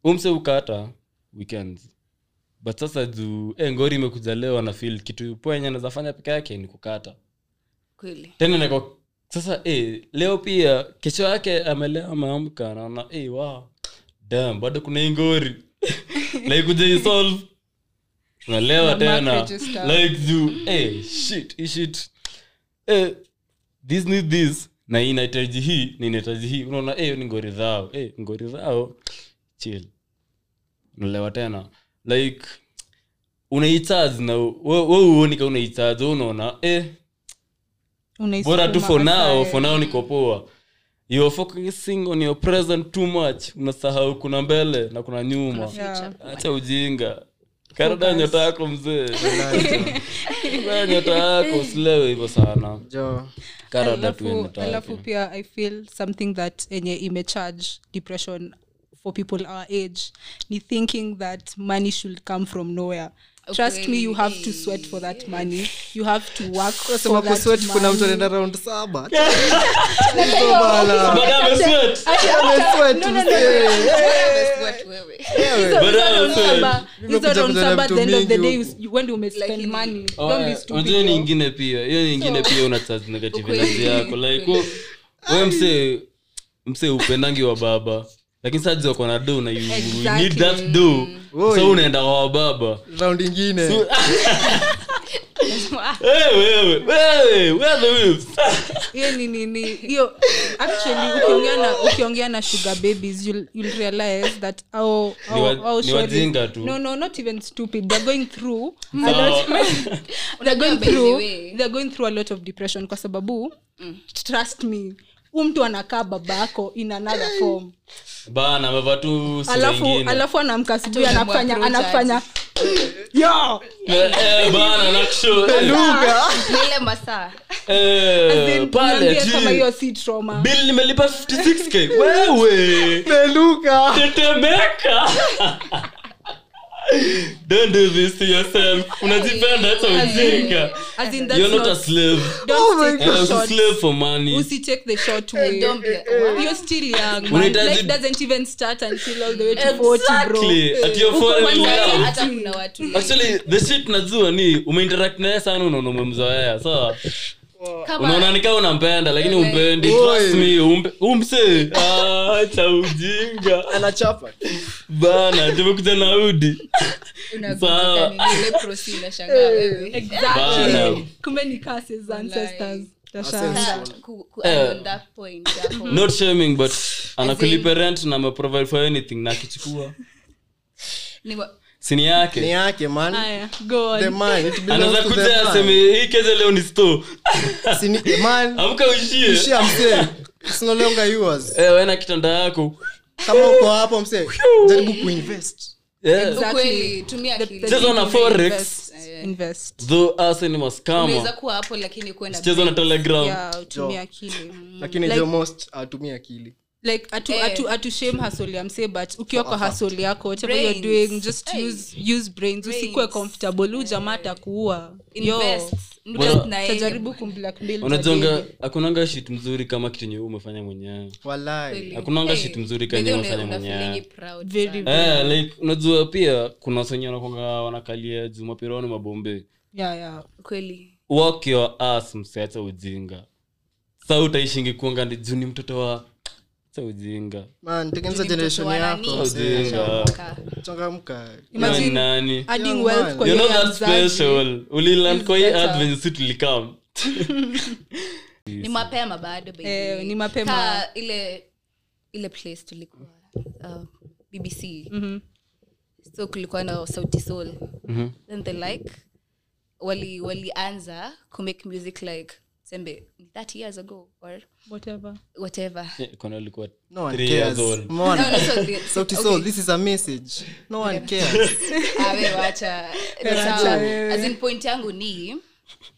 umse ukata weekends but sasa juu eh, ngori imekuja leo ana feel kitu poenye anaweza fanya peke yake ni kukata
kweli
tena niko sasa eh, leo pia kesho yake amelea ameamka naona eh, wow. dam bado kuna ingori like kujaisolve tunalewa
Na mark
tena
register.
like juu eh, shit hii shit eh, this need this na hii inahitaji hii na inahitaji hii unaona eh, ni ngori zao eh, ngori zao chill unalewa tena like unaicharge na we we huoni ka unaicharge we unaona eh,
Unaisukuma
bora tu for now
asaye.
for now niko poa you are focusing on your present too much unasahau kuna mbele na kuna nyuma
Yeah.
acha ujinga karada nyota yako mzee Karada nyota yako usilewe hivyo sana
Jo.
karada tu hiyo
alafu
nyota
alafu
yako
pia i feel something that enye imecharge depression for people our age ni thinking that money should come from nowhere trust me you have to sweat for that money you have to work
Sema
for that
kusweat, kuna mtu
money.
anaenda round saba Hizo bala.
Baada ya sweat,
Amesweat, mzee. Wewe.
baada ya sweat.
Hizo
Nimekuja
round
kuzana
saba, at the end of the
mtu
day,
mingi
you- when you umespend
Lakini-
money,
Oh,
don't be
eh,
stupid,
unajua ni
yo.
ingine pia hiyo ni ingine pia una charge negative
Ukweli.
energy yako like we- we msee msee upendangi wa baba lakini saa jiwako na do na you, you need
Exactly.
that do
Oi.
so unaenda kwa wababa
round ingine
Hey, Eh, wewe, wewe, we are the whips.
hiyo ni nini hiyo actually ukiongea na ukiongea na sugar babies you'll, you'll realize that our,
Ni wa-
our, our
ni
show is-
wajinga tu.
no no not even stupid they're going through a
Sawa.
lot they're
Unajua
going
by the
through
way- Mm.
they're going through a lot of depression kwa sababu trust me huu mtu anakaa baba yako in another form
bana amevaa tu sura
alafu
ingine.
alafu anaamka asubuhi
Hata
anafanya
unamapproach
anafanya yo
Eh, eh, bana nakusho, eh,
ile masaa
eh,
Then
pale
niambie kama
juu.
hiyo si trauma
Bill nimelipa 56k wewe
Peluka.
tetemeka don't do this to yourself unajipenda hata ujinga
As in, that's
you're not a
not-
slave
don't
Oh my
take
Eh,
the
usi
short.
slave for money
usi take the short way
Eh, don't be like, "What?"
you're still young man.
Unahitaji-
life doesn't even start until all the way to 40 bro
exactly at your
Uko
foreign
mwanaume.
love
hata kuna watu
actually the shit najua ni umeinteract naye sana unaona umemzoea sawa unaona nikaa unampenda lakini umpendi
Oi.
Trust me, umpe- umse Ah, cha ujinga
anachapa
bana tumekuja na udi Sawa.
Eh.
bana
kumbe ni curses ancestors
Ancestors.
tashanga
not shaming but anakulipa rent na ameprovide for anything na akichukua sini
ni
yake
yake man
haya go
the
on
man it belongs
anaweza
to the
kuja
man.
aseme hii keze leo ni store
Si ni- man
amka uishie
share msee it's no longer yours
Eh, wewe na kitanda yako
kama uko hapo msee jaribu kuinvest
Yeah.
Exactly.
Eh, Cheza na forex.
Eh.
invest
though ase ni maskama
kuwa hapo lakini kuwe na
cheza na telegram
yeah utumie
Jo.
akili
lakini
Like-
jo most atumie akili
like atu
Mm. Eh.
atu atu shame hustle ya msee but ukiwa
Oh,
kwa hustle yako whatever you're
Brains.
doing just
Hey. Eh.
use use brains usikue comfortable ujamaa atakuua yo
invest. Invest
Bora-
na yeye.
tajaribu kumblackmail
unajonga hakunanga shit mzuri kama kitu nyeu umefanya mwenyewe
walai
Hakunanga
Eh,
shit mzuri
by the
kwenye
way,
unafanya
una-
mwenyewe.
unafeelingi proud
Very
sana.
good.
Eh, like unajua pia kuna wenye wanakonga wanakalia juu mapironi mabombe
yeah yeah
kweli
walk your ass msiacha ujinga sa utaishingi kuanga ni juu ni mtoto wa sa ujinga
man tengeneza
Mtoto
generation
wa
yako
nani?
mzee.
Ashaokoka.
changamka
Wewe ni
Imagine
nani
adding
Yeah,
wealth
man.
kwa
you know
yule
that
mzazi.
special uliland kwa hii
better.
earth venye si tulikam
ni mapema bado by the
Eh,
way.
ni mapema.
Ka ile ile place tulikuwa uh, bbc
Mhm.
so kulikuwa na sauti soul then the like wali walianza kumake music like sembe 30 years ago or
Whatever.
whatever
kona alikuwa
no one
three years
cares
old
Umeona?
No, no, so the-
sauti
okay.
soul this is a message no one cares
Ah, we wacha Ni
Wacha
sawa.
wewe.
As in point yangu ni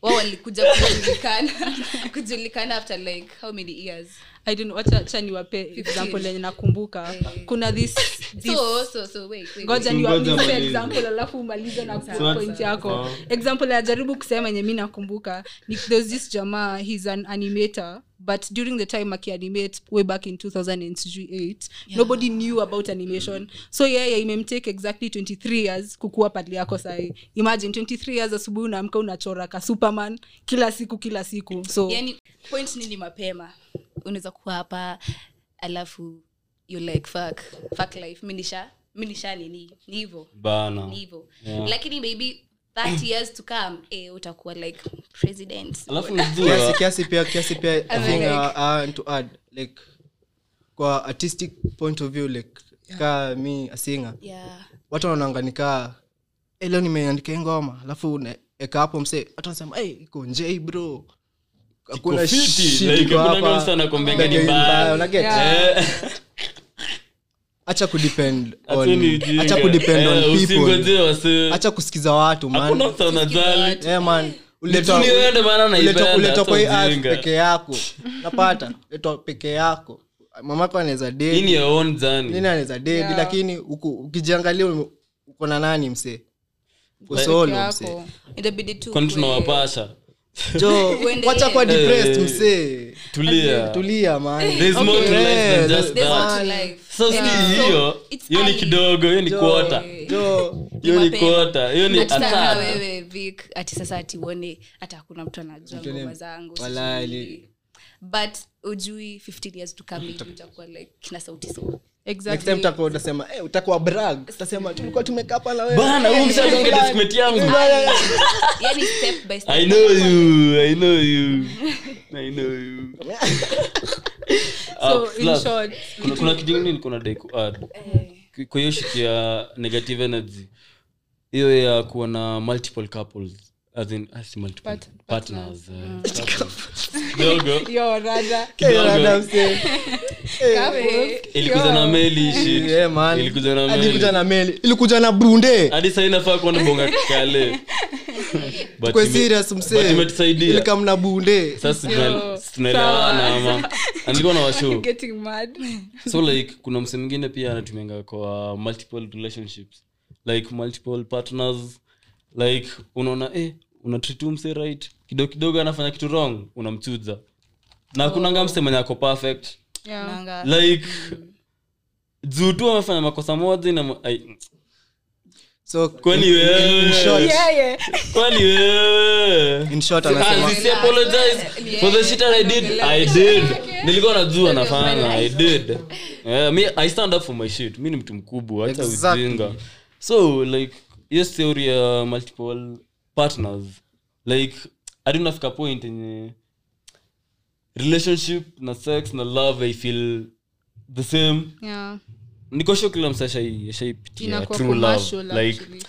wao walikuja kujulikana kujulikana after like how many years
I don't know, wacha- wacha niwape example yenye nakumbuka
Eh.
kuna this, this
so so so wait, wait, wait.
ngoja niwa-
Ngoja Oh.
nipe
malize.
example alafu umalize na
Sawa.
point yako
Sawa.
example ajaribu kusema yenye mi nakumbuka ni there's this jamaa he's an animator but during the time akianimate way back in 2008 nobody knew about animation so yeye imemtake exactly 23 years kukuwa pali yako sahi imagine 23 years asubuhi unaamka unachora ka superman kila siku kila siku so
yani Yaani, point nini mapema unaweza kuwa hapa alafu you like fuck fuck life minisha minisha nini ni hivyo
bana
ni hivyo
Yeah.
lakini maybe 30 years to come eh, utakuwa like president
alafu
kiasi
najua
kiasi pia kiasi pia i
I'm
think
like-
uh, I want to add like kwa artistic point of view like kaa mi asinga
yeah
watu wanaonanga nikaa hey, leo nimeandika hii ngoma alafu naeka hapo msee watu wanasema hey, iko njei bro
Iko fiti, like, hakuna mtu anakuambianga ni mbaya.
anakuambiaga
Eh,
hacha kudepend
acheni
on-
ujinga.
acha kudepend on
Eh,
people.
usingoje wasee
Acha kusikiza watu
hakuna
man
mtu anajali
Eh, man Uletwa-
Ni tuliende maana naipenda,
uletwa- uletwa kwa hii
acha
earth
ujinga.
peke yako napata letwa peke yako mamako anaweza date
nini your own journey.
nini anaweza dedi
Yeah.
lakini uku- ukijiangalia ume- uko na nani msee uko
Like-
solo msee
eh.
yako
itabidi tu
kwani
uwe-
tunawapasha
jo
Uendelee.
wacha kuwa
Eh.
depressed msee
tulia
tulia man
There's more to life than
Yeah,
just
There's more to
that.
life.
sasa
Yeah.
si
So,
hiyo
it's
hiyo ni
early.
kidogo hiyo ni
Jo,
kuota
jo
hiyo ni
mapema.
kuota hiyo ni
Ati sasa
attack.
wewe Vic, ati sasa ati uone hata hakuna mtu anajua
Mtu ni-
ngoma zangu
Walali.
sijui. but ujui 15 years to come maybe utakuwa like kina sauti
next
so
time
exactly
utakuwa utasema eh utakuwa brag utasema tulikuwa tumekaa hapa na wewe
bana huu mshagonga desmet yangu
yani Yaani step by
i
step
know you i know you i know you Ah,
so in
plus,
short
kuna- kuna kitu ingine niko nadai kuadd
Eh,
Ki- kwa hiyo shit ya negative energy hiyo ya kuwa na multiple couples as in, as in multiple
Part-
partners, eh, couples. kidogo
yo rather
Eh,
kidogo
dada msee.
couples,
ilikuja na meli shit
Eh, man.
ilikuja na
Hadi ilikuja
meli
na meli ilikuja na bunde
hadi saa hii nafaa kuwa nabonga kale But
kwa
ime-
serious
but
msee
imetusaidia.
ilikam na bunde
sasa tuna-
Yo,
tunaelewana
sawa.
ama andikuwa na washo
getting mad
so like kuna mse mwingine pia anatumianga kwa multiple relationships like multiple partners like unaona eh, unatreat huyu mse right kidogo kidogo anafanya kitu wrong unamchuza na
Oh.
kunanga mse mwenye ako perfect
yeah.
nanga.
like juu tu amefanya makosa moja ina
so
Kwani
in- in-
wewe?
in short-
Yeah, yeah.
kwani wewe
in short anasema
Ah, sisi apologize for the shit that I did. I did. nilikuwa najua nafanya i did Eh, me- i stand up for my shit mi ni mtu mkubwa hata
Exactly.
ujinga so like hiyo theory ya multiple partners like hadi unafika point yenye relationship na sex na love i feel the same
Yeah.
niko sure kila msa ashaipitia
Inakuwa
true love
commercial,
like
actually.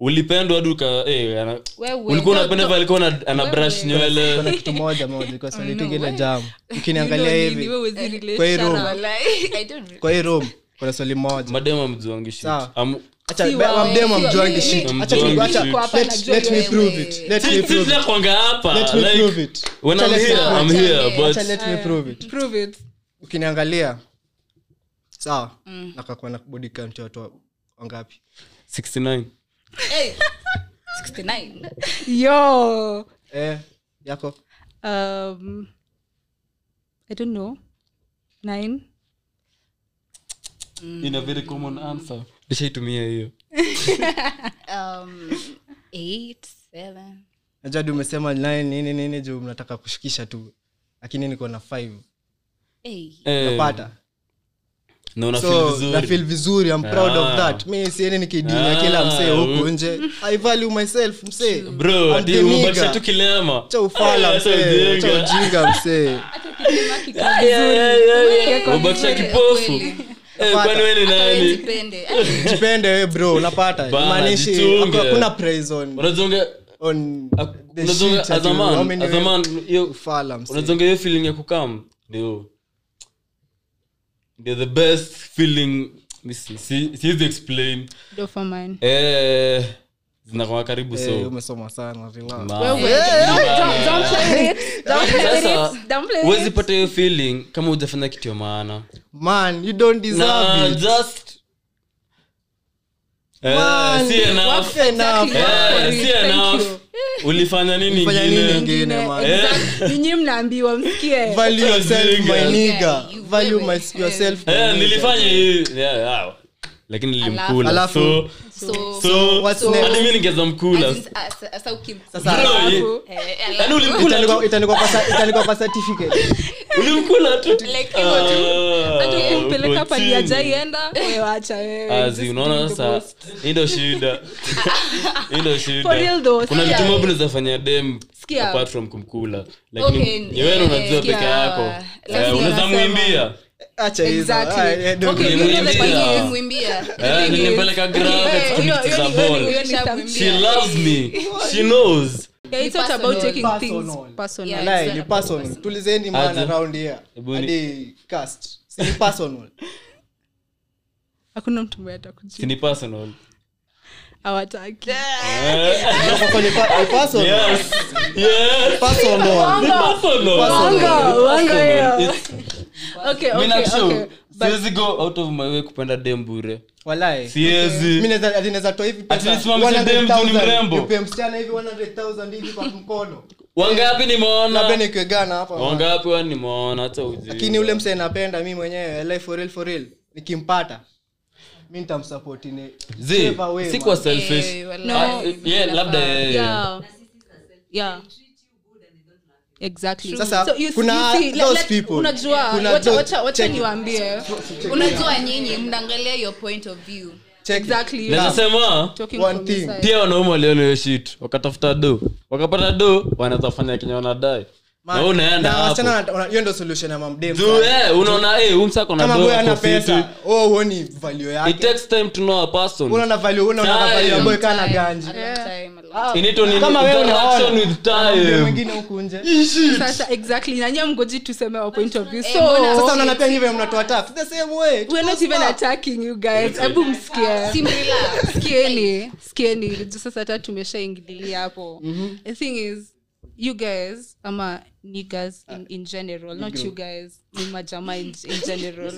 ulipendwa hadi uka eh, ana-
Wewe,
ulikuwa
no,
unapenda
no.
vile alikuwa ana- ana brush nywele
kuna kitu moja moja kwa swali tu ile jam ukiniangalia
Angalia
hivi
Eh,
kwa hii room
Walai, I don't really-
kwa hii room kuna swali moja
madema mzwangi shit
Sawa.
Am-
acha
Si wewe,
wamdema
si
mjuange
wewe.
shit acha
Mjuange
tu acha
shit.
let let me prove it let me
Si- si
prove it
tunakuanga hapa
Let me
like,
prove it.
when
Acha
I'm
let me
here,
prove
I'm
it.
here, but-
acha let me prove it
Prove it.
ukiniangalia sawa nakakuwa na body count ya watu wa- wangapi
69
Eh, 69.
Yo.
eh yako
Um, I don't know. Nine.
In a very common answer. nishaitumia hiyo
Um, eight, seven.
najua hadi umesema nine nini nini juu mnataka kushikisha tu lakini niko na five
Eh,
Eh,
napata
na una feel
so
vizuri.
na feel vizuri i'm proud
Ah.
of that mi sieni nikidinya
Ah,
kila msee huku
u-
nje i value myself msee
bro
I'm
ati
the
umebakisha
nigger.
tu kilema
cha ufala
Ah, so
msee cha
ujinga.
ujinga msee
Ah, yeah, yeah, yeah, yeah.
Weka
Umebakisha
vizuri,
kipofu
kweli.
Eh, kwani wewe ni
Hata wewe
nani
jipende.
jipende we bro unapata
Bana,
maanishi
jitunge.
hakuna praise on
unazonga
on the
unazonga
shit that you- how
azaman
many we-
azaman hiyo
ufala msee
unazonga hiyo feeling ya kukam ndio ndio the best feeling mi si- si- siwezi explain
Dopamine.
eh zinakuwa karibu so
Eh, umesoma sana relax.
Ma-
Wewe, don't- don't- don't play with it. Don't play with it. Don't play with
huwezi
it.
pata hiyo feeling kama hujafanya kitu ya maana
man you don't
na
deserve it
just Eh,
Man,
si enough.
what enough
Eh,
Sorry,
si
thank
enough.
you.
ulifanya nini
Ulifanya nini
ingine?
ingine? Ngine, man.
Exactly. Ninyi mnaambiwa
Eh,
msikie
value yourself
Ujinga.
my nigga
Yeah, you
value
wewe.
my- yourself my
Eh,
nigga.
nilifanya hii yeah, yeah. lakini nilimkula
Alafu.
so
So-
so
what's next?
hadi mi ningeza mkula
As in, as- as- as- ukim-
Sasa-
Bro,
Alafu.
ye-
Eh,
yaani
alafu-
ulimkula
Itanikwa-
tu
itanikwa kwa sa- itanikwa kwa certificate
ulimkula tu
Like hivyo tu.
Ah,
Hata ukimpeleka
uko
pali
chini.
ajaienda wewacha wewe
Azi, unaona sasa hii ndo shida Hii ndo shida.
For real though,
kuna
sikia.
vitu mob unaweza fanya dem
Sikia.
apart from kumkula lakini
Okay,
ni wewe ndo
eh,
unajua
sikia.
peke yako
Lazima
Eh, unaweza
unasema.
muimbia
acha hizo
Exactly.
Ah, eh, don't
Okay,
do
you know
that.
Nilimwimbia.
Kwa nini nilimwimbia?
Eh, nilimpeleka Grab,
Eh,
tukimbia
hiyo- hiyo ni-
za ball.
hiyo ni- hiyo ni
she
shamwimbia.
loves me she knows
Yeah, it's not
Personal.
about taking
Personal.
things personal.
Yeah.
Lie,
It's
ni
not
personal.
personal.
tulizeni man
Aje.
around here
Ebuni.
Hadi cast Si ni personal
hakuna mtu mbaye atakujua
sini personal Eh,
hawataki
Kwa ni pa- ni personal.
yes yes
Personal.
Ni personal.
Personal.
Wango, wango hiyo.
It's-
Okay,
mi
okay,
nakshow,
okay. But-
siwezi go out of my way kupenda dem bure
Walai. Mi
siwezi
naeza- ati naeza toa hivi pesa.
At least mamsi dem tu ni
100,000.
mrembo.
Nipe msichana hivi 100,000 hivi kwa mkono
wangapi
labda
nimeona
nikiwegana hapa man.
wangapi wa nimeona hata ujinga.
lakini ule msee napenda mi mwenyewe like for real, for real. nikimpata mi nitamsupport in
Zee,
whichever way,
si
man.
kuwa selfish.
Eh, wala-
Ah,
No.
yeah, labda yeye.
Yeah. Yeah. Exactly.
Sasa,
So you see-
kuna
you see, let-
those
let-
people.
unajua
Kuna
wacha-
those-
wacha- wacha
check it.
niwaambie
unajua nyinyi mnaangalia your point of view
Check it.
Exactly.
Naweza sema
Talking
One
from
thing.
inside.
pia wanaume waliona hiyo shit wakatafuta do wakapata do wanaweza fanya kenya wanadai
Man,
na wewe unaenda
na
hapo
wasichana wana- wana- hiyo ndo solution ya mamdem
Juu, eh, unaona eh, huyu msako na
kama
do
boy ana
ako fit.
pesa oh, huoni value
it
yake
takes time to know a person
unaona value unaona
Time.
value ya boy kana ganji
You need to
Kama wewe
interaction
unaona.
with
Mdem
time
mwingine huku nje
Sasa, exactly nanyia mgoji tuseme our point of view so
mbona-
sasa unaona pia hivyo mnatoa tap the same way
we're not even attacking you guys hebu msikie skieni skieni ju sasa hata tumeshaingililia hapo the thing is you guys ama niggas in, in general not you guys ni majama in, in general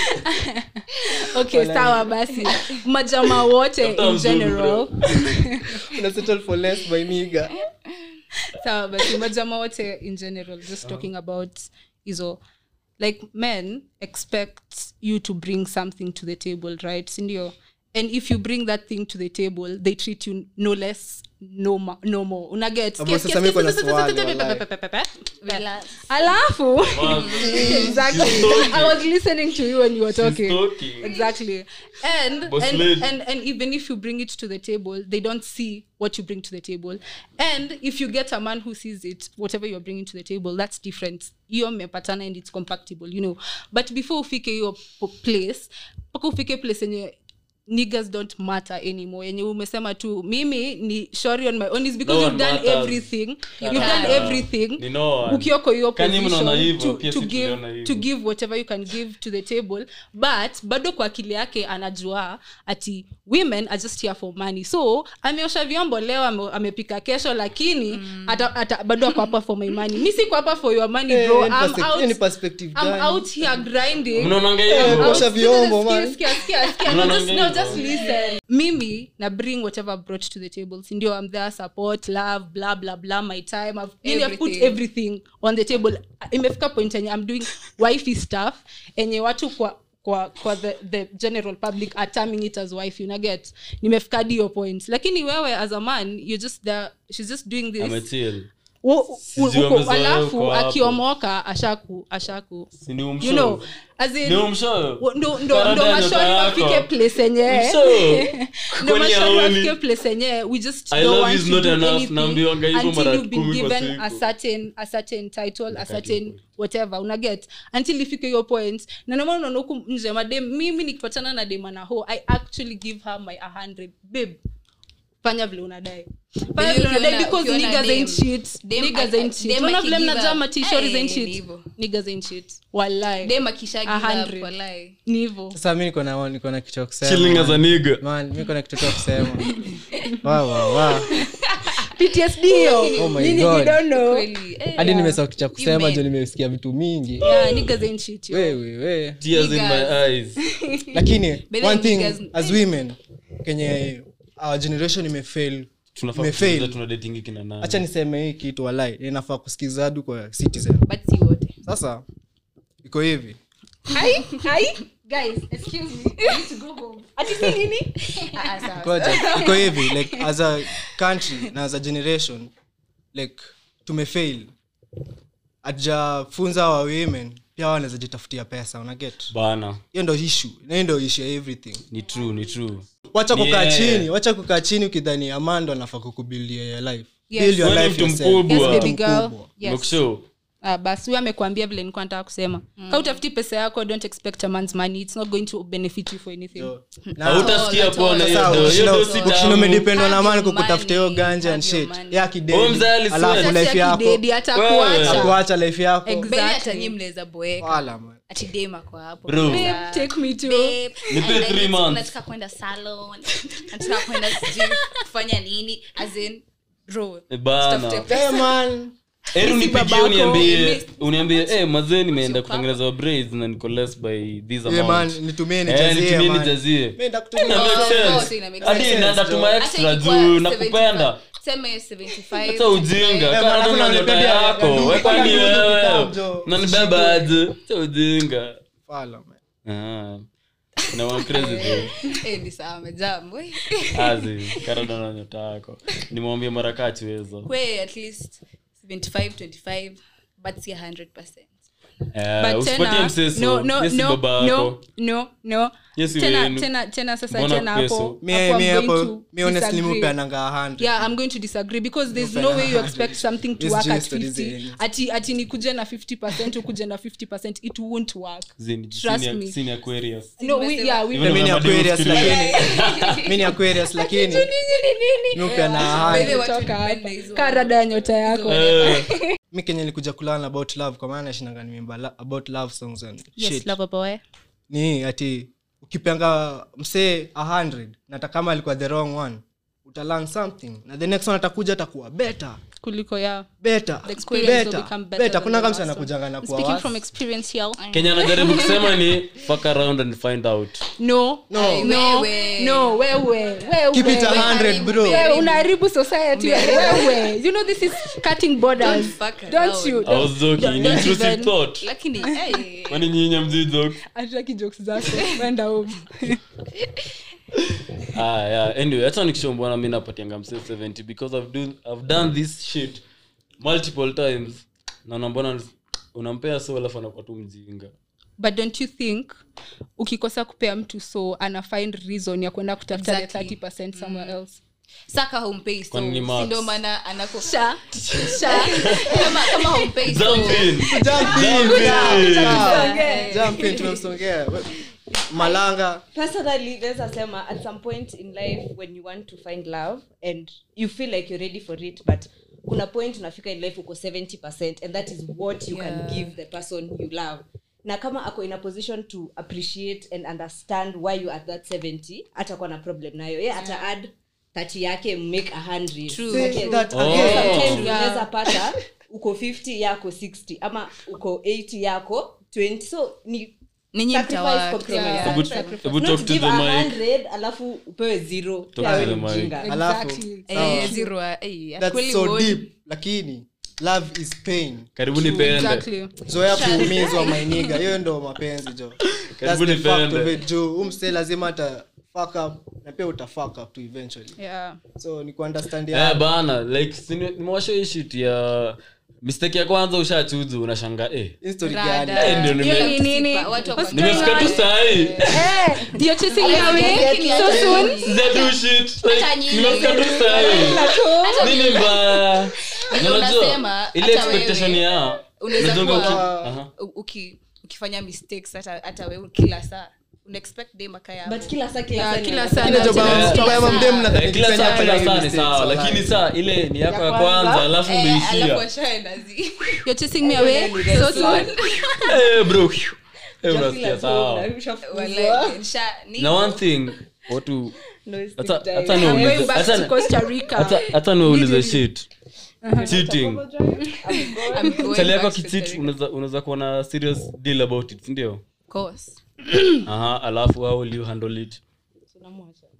okay sawa basi majama wote
Tafuta
in
mzungu,
general
Una settle for less by nigga
sawa basi majama wote in general just talking about hizo like men expect you to bring something to the table right sindio and if you bring that thing to the table they treat you no less no, ma- no more unaget
Abo, sasa mimi kuna swali, wallahi.
alafu exactly i was listening to you when you were talking exactly and
Boss
and,
lady.
and and even if you bring it to the table they don't see what you bring to the table and if you get a man who sees it whatever you're bringing to the table that's different you're mepatana and it's compatible you know but before ufike your place mpaka ufike place yenye niggers don't matter anymore yenye umesema tu mimi ni sorry on my own is because
No
you've
one
done
matters.
everything you've done everything
Ni no one.
ukiwa kwa hiyo
Kani mnaona
position
hivyo,
to,
pia
to,
si tuliona
give,
hivyo.
to give whatever you can give to the table but bado kwa akili yake anajua ati women are just here for money so ameosha vyombo leo ame, amepika kesho lakini
Mm.
ata, ata, bado ako hapa for my money mi siko hapa for your money
Eh,
bro
ni
I'm
perspective- hiyo ni
out,
perspective
I'm
gani
out here grinding
mnaonanga
Eh,
hivyo
kwa Osha vyombo, man.
No, no, no, no.
mimi na bring whatever brought to the table sindio i'm there support love bla bla bla my time I've, yani I've put
Everything.
everything on the table imefika point enye i'm doing wifey stuff enye watu kwa kwa, kwa the, the general public are terming it as wife you naget nimefika dio point lakini wewe as a man you're just there, she's just doing this
amechill
u- u-
Sijui
uko-
wamezoea uko
alafu
hapo.
akiomoka ashaku ashaku
Si ni umshow?
you know as in,
Ni umshow?
wa- ndo ndo-
Parada
ndo
ya nyota
mashori
yako.
wafike place yenyewe
Mshow?
ndo
Kweli
mashori
haoni?
wafike place yenyewe we just
I
don't
love
want
is
to
not
do
enough.
anything
Naambiwanga hivyo
until
mara
you've been
kumi kwa
given a
siku.
certain a certain title a
Nyakati
certain
huko.
whatever unaget until ifike hiyo point na noma unaona huku nje madem mimi nikipatana na dem ana ho i actually give her my 100 babe fanya vile unadai fanya vile
Ukiona-
unadai because
ukiona
niggas
dem-
ain't shit
dem
niggas
aki-
ain't shit
dem
unaona vile
akigive
mnajaa
up.
matishori
Eh,
ain't
ni
shit
hivyo.
niggas ain't shit wallahi
dem Oh akisha
A
give up,
hundred.
walai.
ni hivyo
sasa mi niko na- niko na kitu ya kusema,
Chilling as a
man.
nigga.
Man, mi niko na kitu cha kusema Wow, wow, wow.
ptsd hiyo
Oh my
nini
God.
we don't know
Kweli, eh,
hadi nimesahau kitu cha kusema
meant.
jo nimesikia vitu mingi
yeah niggas ain't shit yo
Wewe, wewe.
Tears in
Niggas.
my eyes.
lakini
By the
one
way,
thing
niggas-
as women kenye our generation imefail
Tunafaa
Imefail.
kuchunguza tuna dating hiki na nani.
hacha niseme hii kitu walai inafaa kusikiza hadi kwa citizen
but si wote
sasa iko hivi
ai ai
guys excuse me I need to go home
ati si nini
Ah, ah, sawa,
Ngoja, iko hivi like as a country na as a generation like tumefail hatujafunza wa women pia wanaweza jitafutia pesa unaget
Bana,
hiyo ndo issue na hiyo ndo issue ya everything
ni true, ni true.
wacha kukaa
Yeah.
chini wacha kukaa chini ukidhani amando anafaa kukubilia ya life
Yes.
Build your
Wewe ni
life
mtu
yourself.
mkubwa.
yes, baby
Mtu
girl.
mkubwa.
Yes.
Mekushow.
Ah, basi huyo amekwambia vile nilikuwa nataka kusema mm. kautafuti pesa yako don't expect a man's money it's not going to benefit you for anything
Na-
hautasikia
Toa,
bwana
toa,
hiyo
Sasa
do- hiyo
ukishinda-
do si
ukishinda
tamu.
umedepend on
Have
amani
your
kukutafutia hiyo
money,
ganja and
have your
shit
money.
ya kidedi,
Wewe mzee alisema-
alafu
Sasa
life yako
akidedi
Wewe.
atakuacha
akuacha life yako
Exactly.
Baby, hata nyinyi mnaweza boeka
wala man.
ati dem ako hapo
Bro.
Sasa,
Babe, take me to-
babe,
Nipe
and I
three
need-
months.
nataka kwenda salon nataka kwenda sijui kufanya nini as in bro
Eh, Bana. Eh,
Tutafute-
Eh, man.
Hebu nipigie
babako,
uniambie
miss-
uniambie eh mazee nimeenda
papa.
kutengeneza braids na niko less by this
Yeah, man,
amount.
nitumie
Eh, nitumie nijazie.
Mimi
Ina
ndakutumia
make
Oh,
sense.
of course, ina make
Hadi
sense,
na- natuma
Hata
extra
ikikuwa
juu
75,
nakupenda
tuseme 75,
hata ujinga
Eh,
kaa
maana
tu na
kuna
nyota
nipende ya-
yako
ya- ya-
we kwani
ya- ya- ya-
wewe
kitambo.
unanibeba aje hata ujinga
Wala, man.
Ah. na wa crazy bro.
Eh, ni sawa mejambo
Azi, karada na nyota yako nimwambie mara kaa chiwezo
kwe at least 75 25 but si 100
Eh,
But
usipatie
tena,
mseso
no, no,
yesi
no,
baba
no,
yako
no, no.
Yes,
Tena-
wenu.
tena- tena sasa
Mbona
tena hapo
Yesu?
Mie- mie
hapo I'm
hapo
going
mi
to
honestly mi
disagree.
hupeananga 100
yeah i'm going to disagree because there's no way you expect something to
It's
work at
just a design.
50 ati ati nikuje na 50 ukuje na 50 it won't work
Zini-
Trust
senior-
me.
senior Aquarius.
no we, yeah, we,
Even
Mi ni
Mama Deo
Aquarius,
Skila.
lakini- mi ni aquarius lakini mi hupeana 100
Wewe watu
Toka hapa.
wanapenda hizo-
karada ya nyota yako
Eh,
mi kenye nilikuja kulana about love kwa maana nashindaga nimeimba la- about love songs and shit. ni hii, ati ukipanga msee 100 na hata kama alikuwa the wrong one utalan something na the next one atakuja atakuwa better
kuliko ya
better
The experience will
better,
become better
better
than
kuna
the
kamsa
last one.
anakujanga na
I'm
kuwa
speaking
worse.
from experience here.
kenya anajaribu kusema ni fuck around and find out
no
No.
Ay, no
wewe.
no wewe
Keep it
wewe
100 bro
Wewe, unaharibu society wewe you know this is cutting borders
Don't fuck around.
don't you
I was joking,
don't
intrusive
even-
thought.
lakini eh,
Kwani nyinyi hamjui joke?
hatutaki jokes zako wenda home
Ah, yeah. Anyway, hata nikishombwana mi napatianga msee 70 because I've, do, I've done this shit multiple times naona mbona unampea so alafu anakuwa tu mjinga
but don't you think ukikosa kupea mtu so ana find reason ya kwenda kutafuta
Exactly.
exactly. 30 somewhere else
saka haumpei so
Kwani ni marks?
si ndo maana anako
sha sha
kama kama haumpei so
Jump in.
Jump in,
Jump in.
yeah.
Okay.
Jump in, tumemsongea malanga
personally there's a sema at some point in life when you want to find love and you feel like you're ready for it but kuna point unafika in life uko 70 and that is what you
Yeah.
can give the person you love na kama ako in a position to appreciate and understand why you at that 70 atakuwa na problem nayo ye ata add 30 yake make a 100
True.
Okay,
Say that
so
again.
sometimes
Oh.
unaweza pata uko 50 yako 60 ama uko 80 yako 20 so ni
ninyi
Sacrifice,
mtawa
compromise.
Hebu-
Sacrifice.
hebu
Not
talk to
give
the
a
mic.
100, alafu upewe zero. Pia
to
wewe
the
ni
mic.
mjinga.
alafu
Exactly.
Eh,
Oh.
sawa. that's so
sacrifice
deep lakini love is pain
karibuni pende
exactly
zoea kuumizwa mainiga hiyo ndo mapenzi jo That's
Karibu
the
nipende.
fact of it, jo. Huyu msee lazima ata fuck up na pia uta fuck up to eventually
yeah.
so ni kuunderstand
Eh,
ya
bana like si ni- nimewasha hii shit ya mistake ya kwanza ushachuzu unashanga eh.
Hii story
Rada.
gani
Eh, ndio nime-
Hiyo ni nini?
Watu wako
What's
Nime-
going
nimefika tu
on?
sahii
Eh, you're chasing me away
Lakini
so
hata
soon?
nyinyi-
zetu shit
Hata
like,
nyinyi.
nimefika tu sahii
Hata
nini
mimi-
mbaya
Ndio
unajua
unasema,
ile
hata wewe.
expectation yao
Unaweza
unajua
kuwa-
uki- Aha.
u- uki- ukifanya mistakes hata hata wewe kila saa unaexpect day makaya
but kila saa kila
Yeah,
saa ni
kila
lazima-
saa
Ile job
lazima-
ya- job ya mamdem na
Eh, kila saa
kujifanya
kila
kufanya
saa ni
mistakes,
sawa
walai.
lakini saa ile ni yako ya kwanza alafu
Eh, alafu
umeishia
washaenda zi
You're chasing me away so soon?
Eh, bro Eh,
Just
unasikia
kila
sawa
saa ushafukuzwa.
Walai, nsha- ni-
na one thing watu
No, it's
hata-
big time.
hata
I'm going
niwaulize
back to
hata
Costa Rica.
hata hata niwaulize shit cheating
I'm going
chali yako
back to
kichit
Terry.
unaweza- unaweza kuwa na serious deal about it sindio
Of course.
aha alafu how will you handle it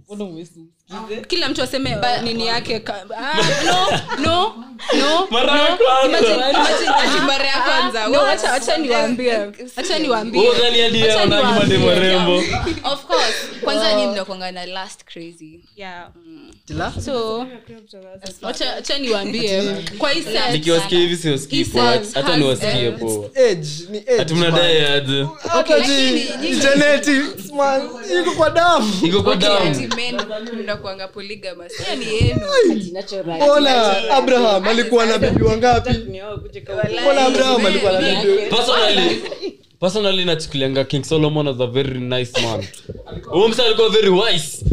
Mbona huwezi usikize?
kila mtu aseme uh, nini yake ka- ah, no, no, no,
Mara ya
no.
kwanza.
Imagine- imagine-
Ati mara ya kwanza,
Ah, no,
wewe
acha- acha niwaambie. Acha niwaambie.
Wewe gani hadi yeye
Acha
haonagi
niwaambie.
mademu warembo
Of course. kwanza ni mnakwanga na last crazy
Yeah.
Tila?
So, acha- acha niwaambie kwa hii set-
nikiwasikia hivi siwasikii
He
poa
says
hata oh.
has
niwasikie
ends.
poa
Age, ni age,
hati
man.
mnadai aje
Hata
Okay,
ji-
lakini-
ni genetics, man. Iko kwa damu.
iko kwa
Okay, ati
damu
men mnakuanga polygamous. Hiyo ni yenu.
mbona abraham alikuwa na bibi wangapi mbona abraham alikuwa na bibi
personally personally nachukulianga king solomon as a very nice man huyu msa alikuwa very wise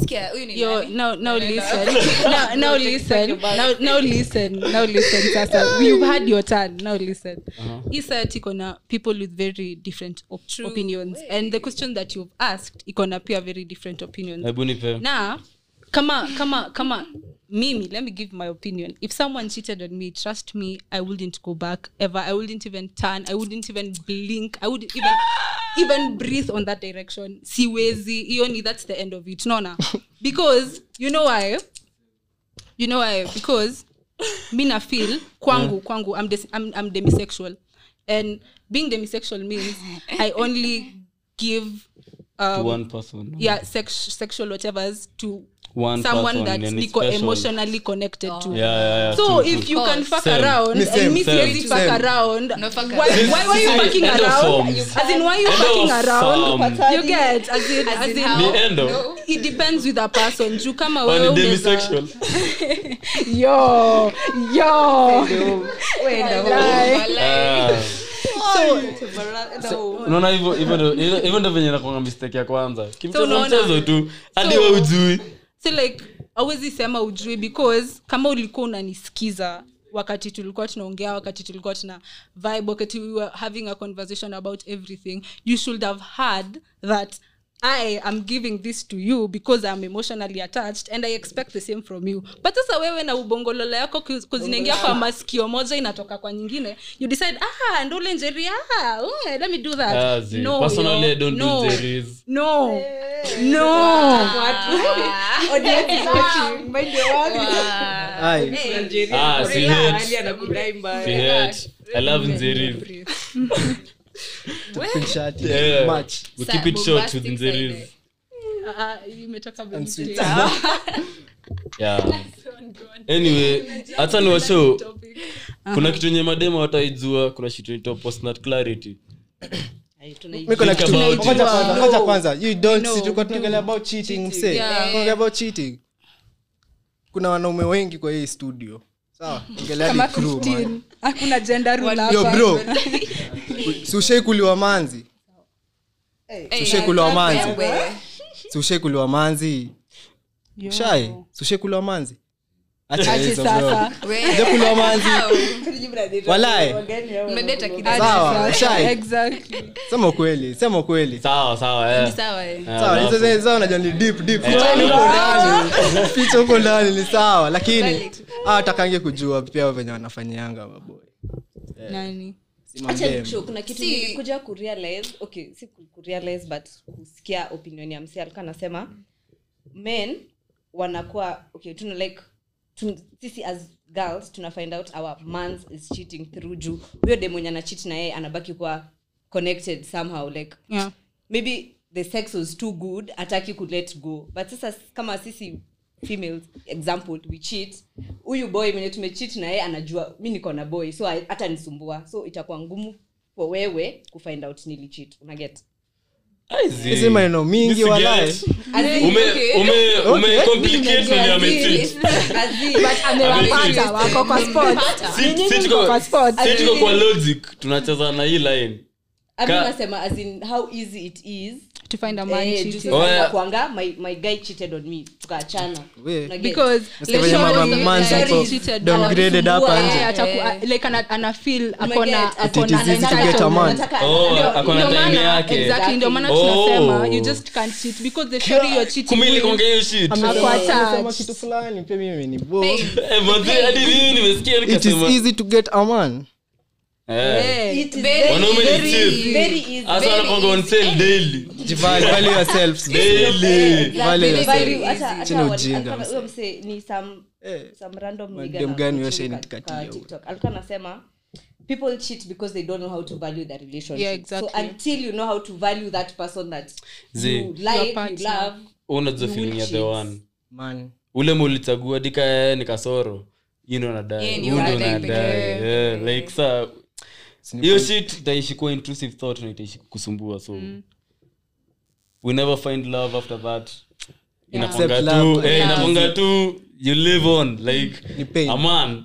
Sikia, huyu ni
Yo,
nani?
now, now listen. Now, now listen. Now, now listen. Now listen. Sasa, you've had your turn. Now listen. Hii set iko na people with very different op
True.
opinions. And the question that you've asked iko na pia very different opinions.
hebu nipe
na kama kama kama mimi let me give my opinion if someone cheated on me trust me i wouldn't go back ever i wouldn't even turn i wouldn't even blink i wouldn't even even breathe on that direction siwezi ioni that's the end of it nona because you know why you know why because mi na feel kwangu kwangu I'm, des- I'm, I'm demisexual and being demisexual means i only give
to
um,
one person
yeah sex, sexual whatever's to
One
someone
person,
that
then it's
niko
special.
emotionally connected to
yeah yeah yeah
so
true,
if
true.
you can
Oh. Of
fuck
Same.
around
Me
and
same,
me
same,
siwezi fuck
same.
around
No fuck
why,
around.
why were you
Sisi-
fucking
end of
around
forms.
as in why are you
End
fucking
of
around
form.
you get as in, as
As in
in
how?
Ni end of.
No.
it depends with a person juu kama
Kwani
wewe unaweza-
demisexual?
yo yo Walai.
Walai.
Ah. unaona hivyo hivyo ndio- hivyo- hivyo ndio venye nakuanga mistake ya kwanza kimchezo
unaona-
mchezo tu hadi
so-
we ujui
so like awezi sema ujui because kama ulikuwa unanisikiza wakati tulikuwa tunaongea wakati tulikuwa tuna vibe wakati we were having a conversation about everything you should have heard that i am giving this to you because i'm emotionally attached and i expect the same from you but sasa wewe na ubongolola yako kuzinaingia kwa masikio moja inatoka kwa nyingine you decide ah ndole njeria ah, mm, let me do that
Ah, zi.
no,
Personally,
yo,
I don't do
no,
njeries.
no no
Audience is watching. Mind your words.
Wow.
Ai,
Nigeria,
Ah,
kuna
si
ila
hate.
mahali anakudai mbaya.
Si hate. I love njeries.
tupiga shati,
Yeah.
match.
We keep it short with
Bombastic
njeries.
Ah, imetoka Ah,
And sweet.
vizuri.
Yeah. anyway hata ni washo
Uh-huh.
kuna kitu yenye mademo hataijua kuna kitu inaitwa postnat clarity
Miko na kitu-
about it.
ngoja kwanza,
No.
ngoja kwanza. You don't
No.
see, tulikuwa tunaongelea about cheating, mse.
Yeah.
Tunaongelea about cheating. kuna wanaume wengi kwa hii studio sawa ongelea
kama
ni crew, man.
15 hakuna gender rule
Yo,
hapa.
bro. Si ushai kuliwa manzi Si ushai kuliwa manzi
Wewe.
Si ushai kuliwa manzi
Yo.
shai Si ushai kuliwa manzi Acha
Ati
hizo, bro.
sasa
Wewe.
Uja kuliwa manzi Walai.
Mnadeta kidogo.
Sawa,
Ati sasa.
shai.
Exactly.
sema ukweli sema ukweli
sawa sawa eh.
Ni sawa, eh.
Eh,
Sawa,
alafu-
hizo zenye sawa unajua ni deep, deep.
Eh.
Ficha huko
Sawa.
ndani. Ficha huko ndani ni sawa lakini ah,
Valid.
hawa takange kujua pia venye wanafanyianga maboy
Nani?
Si
Acha
mambembe.
nikushow, kuna kitu
Si-
nilikuja kurealize okay si ku- kurealize but kusikia opinion ya msi alikuwa anasema men wanakuwa okay tuna like tun, sisi as girls tuna find out our mans is cheating through juu huyo demwenye ana cheat na yeye anabaki kuwa connected somehow like
Yeah.
maybe the sex was too good ataki ku let go but sasa s- kama sisi females example we cheat huyu boy mwenye tumecheat na yeye anajua mi niko na boy so I- hata nisumbua so itakuwa ngumu kwa wewe kufind out nilicheat unaget
hizi maneno mingi walae Okay.
Ah,
amewapata wako kwa sports. Nyinyi mko kwa sports.
sitiko kwa logic tunacheza na hii line Ka-
nasema as in how easy it is
to find a man
Eh, juu
cheating.
sasa
Oh, yeah.
inakuanga, my, my guy cheated on me tukaachana
We.
Una get?
Because
Msikie
Leshawn
venye mama
is
manzi
very
ako
cheated
downgraded
on.
hapa
Eh,
nje.
ataku- a- like ana- ana feel
Una
akona-
get? As in,
it
akona
is easy to get a man.
anataka-
Oh,
ndio,
akona
ndio
time
maana-
yake.
Exactly, ndio maana
Oh.
tunasema you just can't cheat because the surely you're cheating
kumili
will-
konge hiyo shit
Ako
Amesema
attached.
kitu fulani pia mimi ni bo
Eh, manzi, hadi mimi nimesikia
it is
nikasema
easy to get a man
eh
It is
Very,
Wanaume ni
very,
cheap.
very easy.
hasa wanapanga on sale daily
Jivali, value yourselves.
daily
Value
Very,
yourselves.
very easy.
Hata- hata
Chini
wal-
ujinga,
alikuwa na-
mse.
huyo mse ni some-
Eh.
some random
Man,
nigga
dem
na-
gani
kwa
washa
TikTok-
initikatia
kwa
huyo.
TikTok. alikuwa anasema people cheat because they don't know how to value their relationship
Yeah, exactly.
so until you know how to value that person that
Zee.
you like
Your
you
partner.
love
unajua
You
feeling ya the
cheat.
one
Man,
ule mulichagua dika yeye ni kasoro hii ndo nadai
Yeah, ni
huu ndo
unadai
unadai.
pekee.
Yeah, like saa
si ni
hiyo
point.
shit itaishi kuwa intrusive thought na itaishi kusumbua so
Mm.
we never find love after that inakwanga
Except
tu
love.
eh, inakwanga tu you live on like
Ni pain.
a man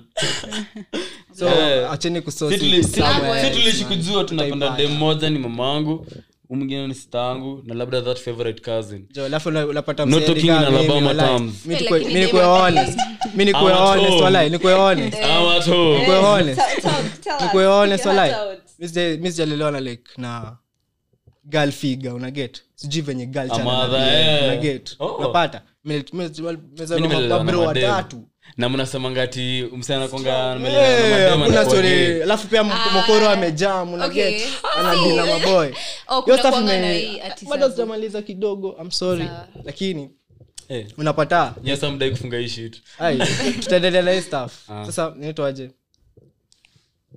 So,
Eh.
acheni kusource
Si tuli-
it
si-
somewhere
si tuliishi
else, man.
kujua tunapenda
Tutaipata.
dem moja ni mamangu huyu mwingine ni sitangu na labda that favorite cousin
Jo, alafu una- unapata
Not
msee
talking
hadi
in
kama mimi,
Alabama
walai.
terms.
Mi
Eh,
nikuwe-
lakini
mi
dem
nikuwe
ata-
honest. Mi nikuwe
I'm at
honest,
home.
walai, nikuwe honest.
Eh.
I'm at home.
Nikuwe honest.
Tell- tell- tell us.
Nikuwe honest,
Get her
walai.
out.
Mi sija- mi sijalelewa na like na girl figure una get sijui venye girl
A
chana na
mother,
behave,
eh.
una get
Oh.
unapata Mi- mi- mezaliwa
Mimi nimelelewa na
mabro
mademu.
watatu
na mnasemanga ati msichana kwanga
Eh, hakuna story alafu pia mk- mokoro amejaa
Ah, okay.
munaget anadila maboy
Oh,
Hiyo
kuna
stuff
kuanga
ime-
na hii ati
bado
sabu.
sijamaliza kidogo I'm sorry lakini
Eh.
unapata
nyesamdai kufunga hii shit
ai, tutaendelea na hii stuff
Ah.
sasa nitoaje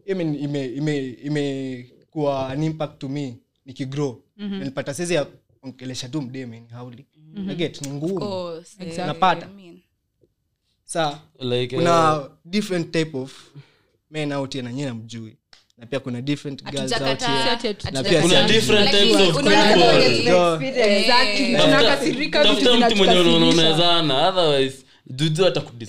hiyo ime- ime- ime- imekuwa an impact to me nikigrow
Mhm.
nilipata saizi ya ongelesha tu mdeme ni hauli naget ni ngumu
Course, eh,
Napata.
I mean.
saa
like eh,
kuna different type of men out here na nyie namjui na pia kuna different girls out
Hatujakataa,
here
Sorted.
na pia
hatujakataa.
Kuna different
Like,
types of
unaona
people.
kama ni-
Yo,
Exactly.
Eh.
tafuta-
Tunakasirika, vitu
tafuta mtu mwenye
zinatukasirisha.
unaonezana otherwise juju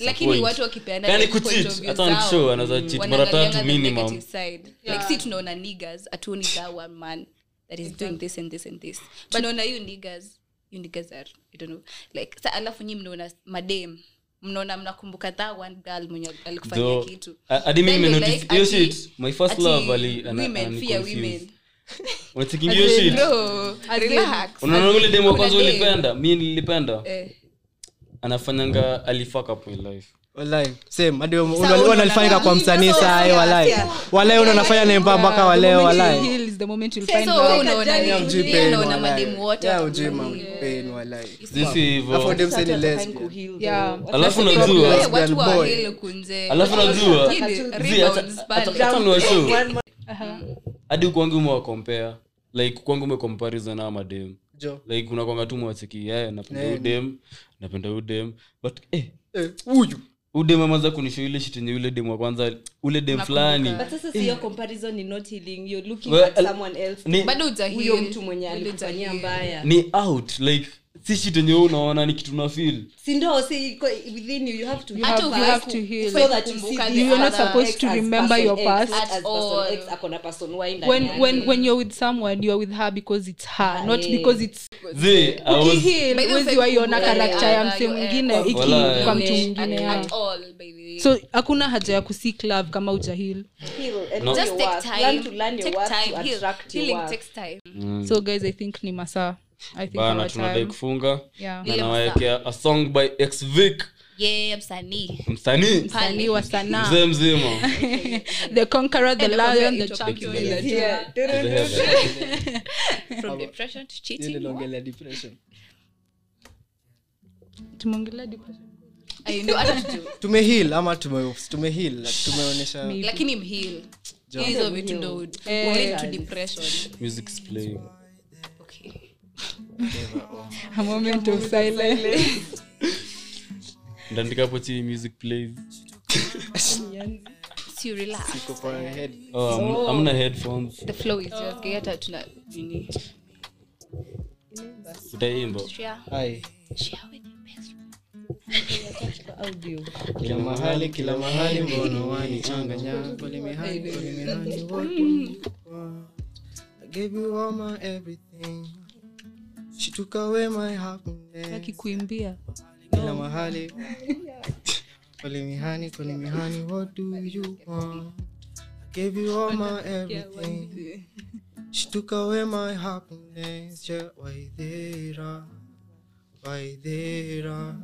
lakini watu wakipeana
Yaani
ile point
kucheat,
of view
hata
zao,
nikishow anaweza cheat mara
wanaangalianga
tatu
the
minimum.
negative side. like si tunaona niggas hatuoni that one man that is doing this and this and this tunaona hiyo niggas you niggas are i don't know like sa alafu nyi mnaona madem mnaona mnakumbuka that one girl mwenye alikufanyia kitu Then you're like, ati- ati women fear women
unatikingiyo shit
Bro, relax.
unaona ule demu wa kwanza
Kuna dem.
ulipenda mi nilipenda
Eh.
anafanyanga alifaka up my life
walai same hadi wewe-
Sasa
wewe
unaona-
unalifanyika kwa msanii
Sasa
saa hii walai
unaona-
walai wewe unafanya nemba mpaka
Yeah, the
waleo
moment you
walai
heal is the moment you'll
So,
find
wewe
love.
unaona
Yaani
nini?
Hamjui
Yeye
pain,
anaona
walai.
mademu wote
Yeah,
watakuwa
hamjui
na-
hamjui pain, walai.
sisi
Alafu
hivo
dem said
Sasa
ni
hata
lesbian.
kuheal though.
Yeah.
alafu
Wewe,
unajua
Lesbian
Eh, watu wa
boy.
hilo kunze.
alafu unajua
Hii ni
Zii, hata-
rebounds
hata-
pale.
hata niwashow.
One-
hadi ukwangi umewakompea like kwangu umecomparison ama madem
Jo.
like unakwanga tu mwachiki yeah, napenda
Yeah.
udem napenda udem but eh,
Eh, huyu
udem amaza kunisho ile shit yenye yule dem wa kwanza ule dem fulani
But sasa si hiyo comparison ni not healing you're looking
Well,
at someone else
ni,
Bado uta
huyo
heal.
mtu mwenye
Bado uta
alikufanyia
heal.
mbaya
ni out like si shit yenye wewe unaona ni kitu na feel
si ndo si iko within you you have to
Hata
have
you
that
have
to heal.
so that you
Kumbuka
see
the
the
You're not
other
supposed
X
to
as
remember
person
your
X,
past
as
at
person
all.
X akona person Y ndani
when
yake.
when when you're with someone you're with her because it's her not because it's
Zii, I was-
By the way,
ukihilwezi waiona
kumbuka
karakta ya
the
mse
other,
mwingine
your
iki-
Wala,
kwa
eh.
mtu
At-
mwingine yeah.
at all, by the way.
so hakuna haja ya kusik love kama ujahil
Heal and
No.
do
Just
your
take
work.
time.
Learn to learn your
Take
work
time.
to
Heal-
attract your
healing
work.
takes time.
so guys i think ni masaa i think
Mm. bana
our
tunadai
time
kufunga
Yeah.
na
Ile
nawawekea a song by xvic
Yeah, msanii.
msanii
Pale.
Msanii wa sanaa
mzee mzima
the conqueror the
And nakwambia
lion the
itokee
champion
hiyo
the
ndio.
Yeah.
From depression to cheating,
Yeye ndio
what?
anaongelea depression
tumeongelea depression.
I know, hata tujui.
tumeheal ama tume- tumeheal like, tumeonyesha
lakini mheal.
Job.
hizo vitu ndo
Eh.
uled to depression
music's playing
okay
whatever, oh.
a moment of silence
ndaandika hapo chini music plays
Si relax.
Iko kwa head.
oh, hamna- hamna headphones
The flow is yours. Okay, hata tuna nini.
utaimba
Share-
Hai.
share with your best friend.
kila mahali kila mahali mbona wanichanganya Pole mihani, pole mihani,
Mm.
what do you want? I gave you all my everything. She took away my happiness.
akikuimbia
kila mahali kwenye mihani kwenye mihani what do you want I gave you all my everything she took away my happiness yeah waithera waithera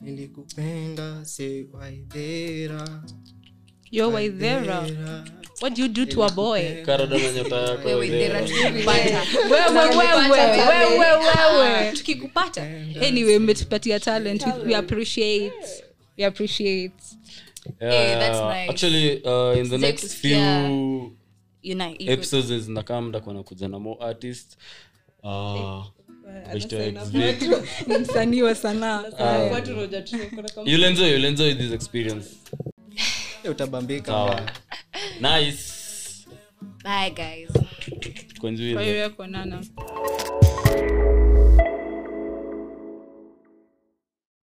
nilikupenda se waithera
yo waithera what do you do to a boy
karada na nyota yako
Wewe, there are
there.
tukikupata.
wewe wewe wewe wewe
Tukikupata.
anyway mmetupatia talent we- we appreciate we appreciate
Eh, that's
Yeah,
nice.
actually uh, in the
Sijai
next
kusikia.
few
You know, you could-
episodes zinakaa mtakuwa nakuja na more artist uh,
anasema,
wait.
ni msanii wa sanaa
Watu roja tu, kuna kama-
you'll enjoy you'll enjoy this experience
utabambika
sawa nice
Bye, guys.
kwa njia
kwa
hiyo.
hiyo yako nana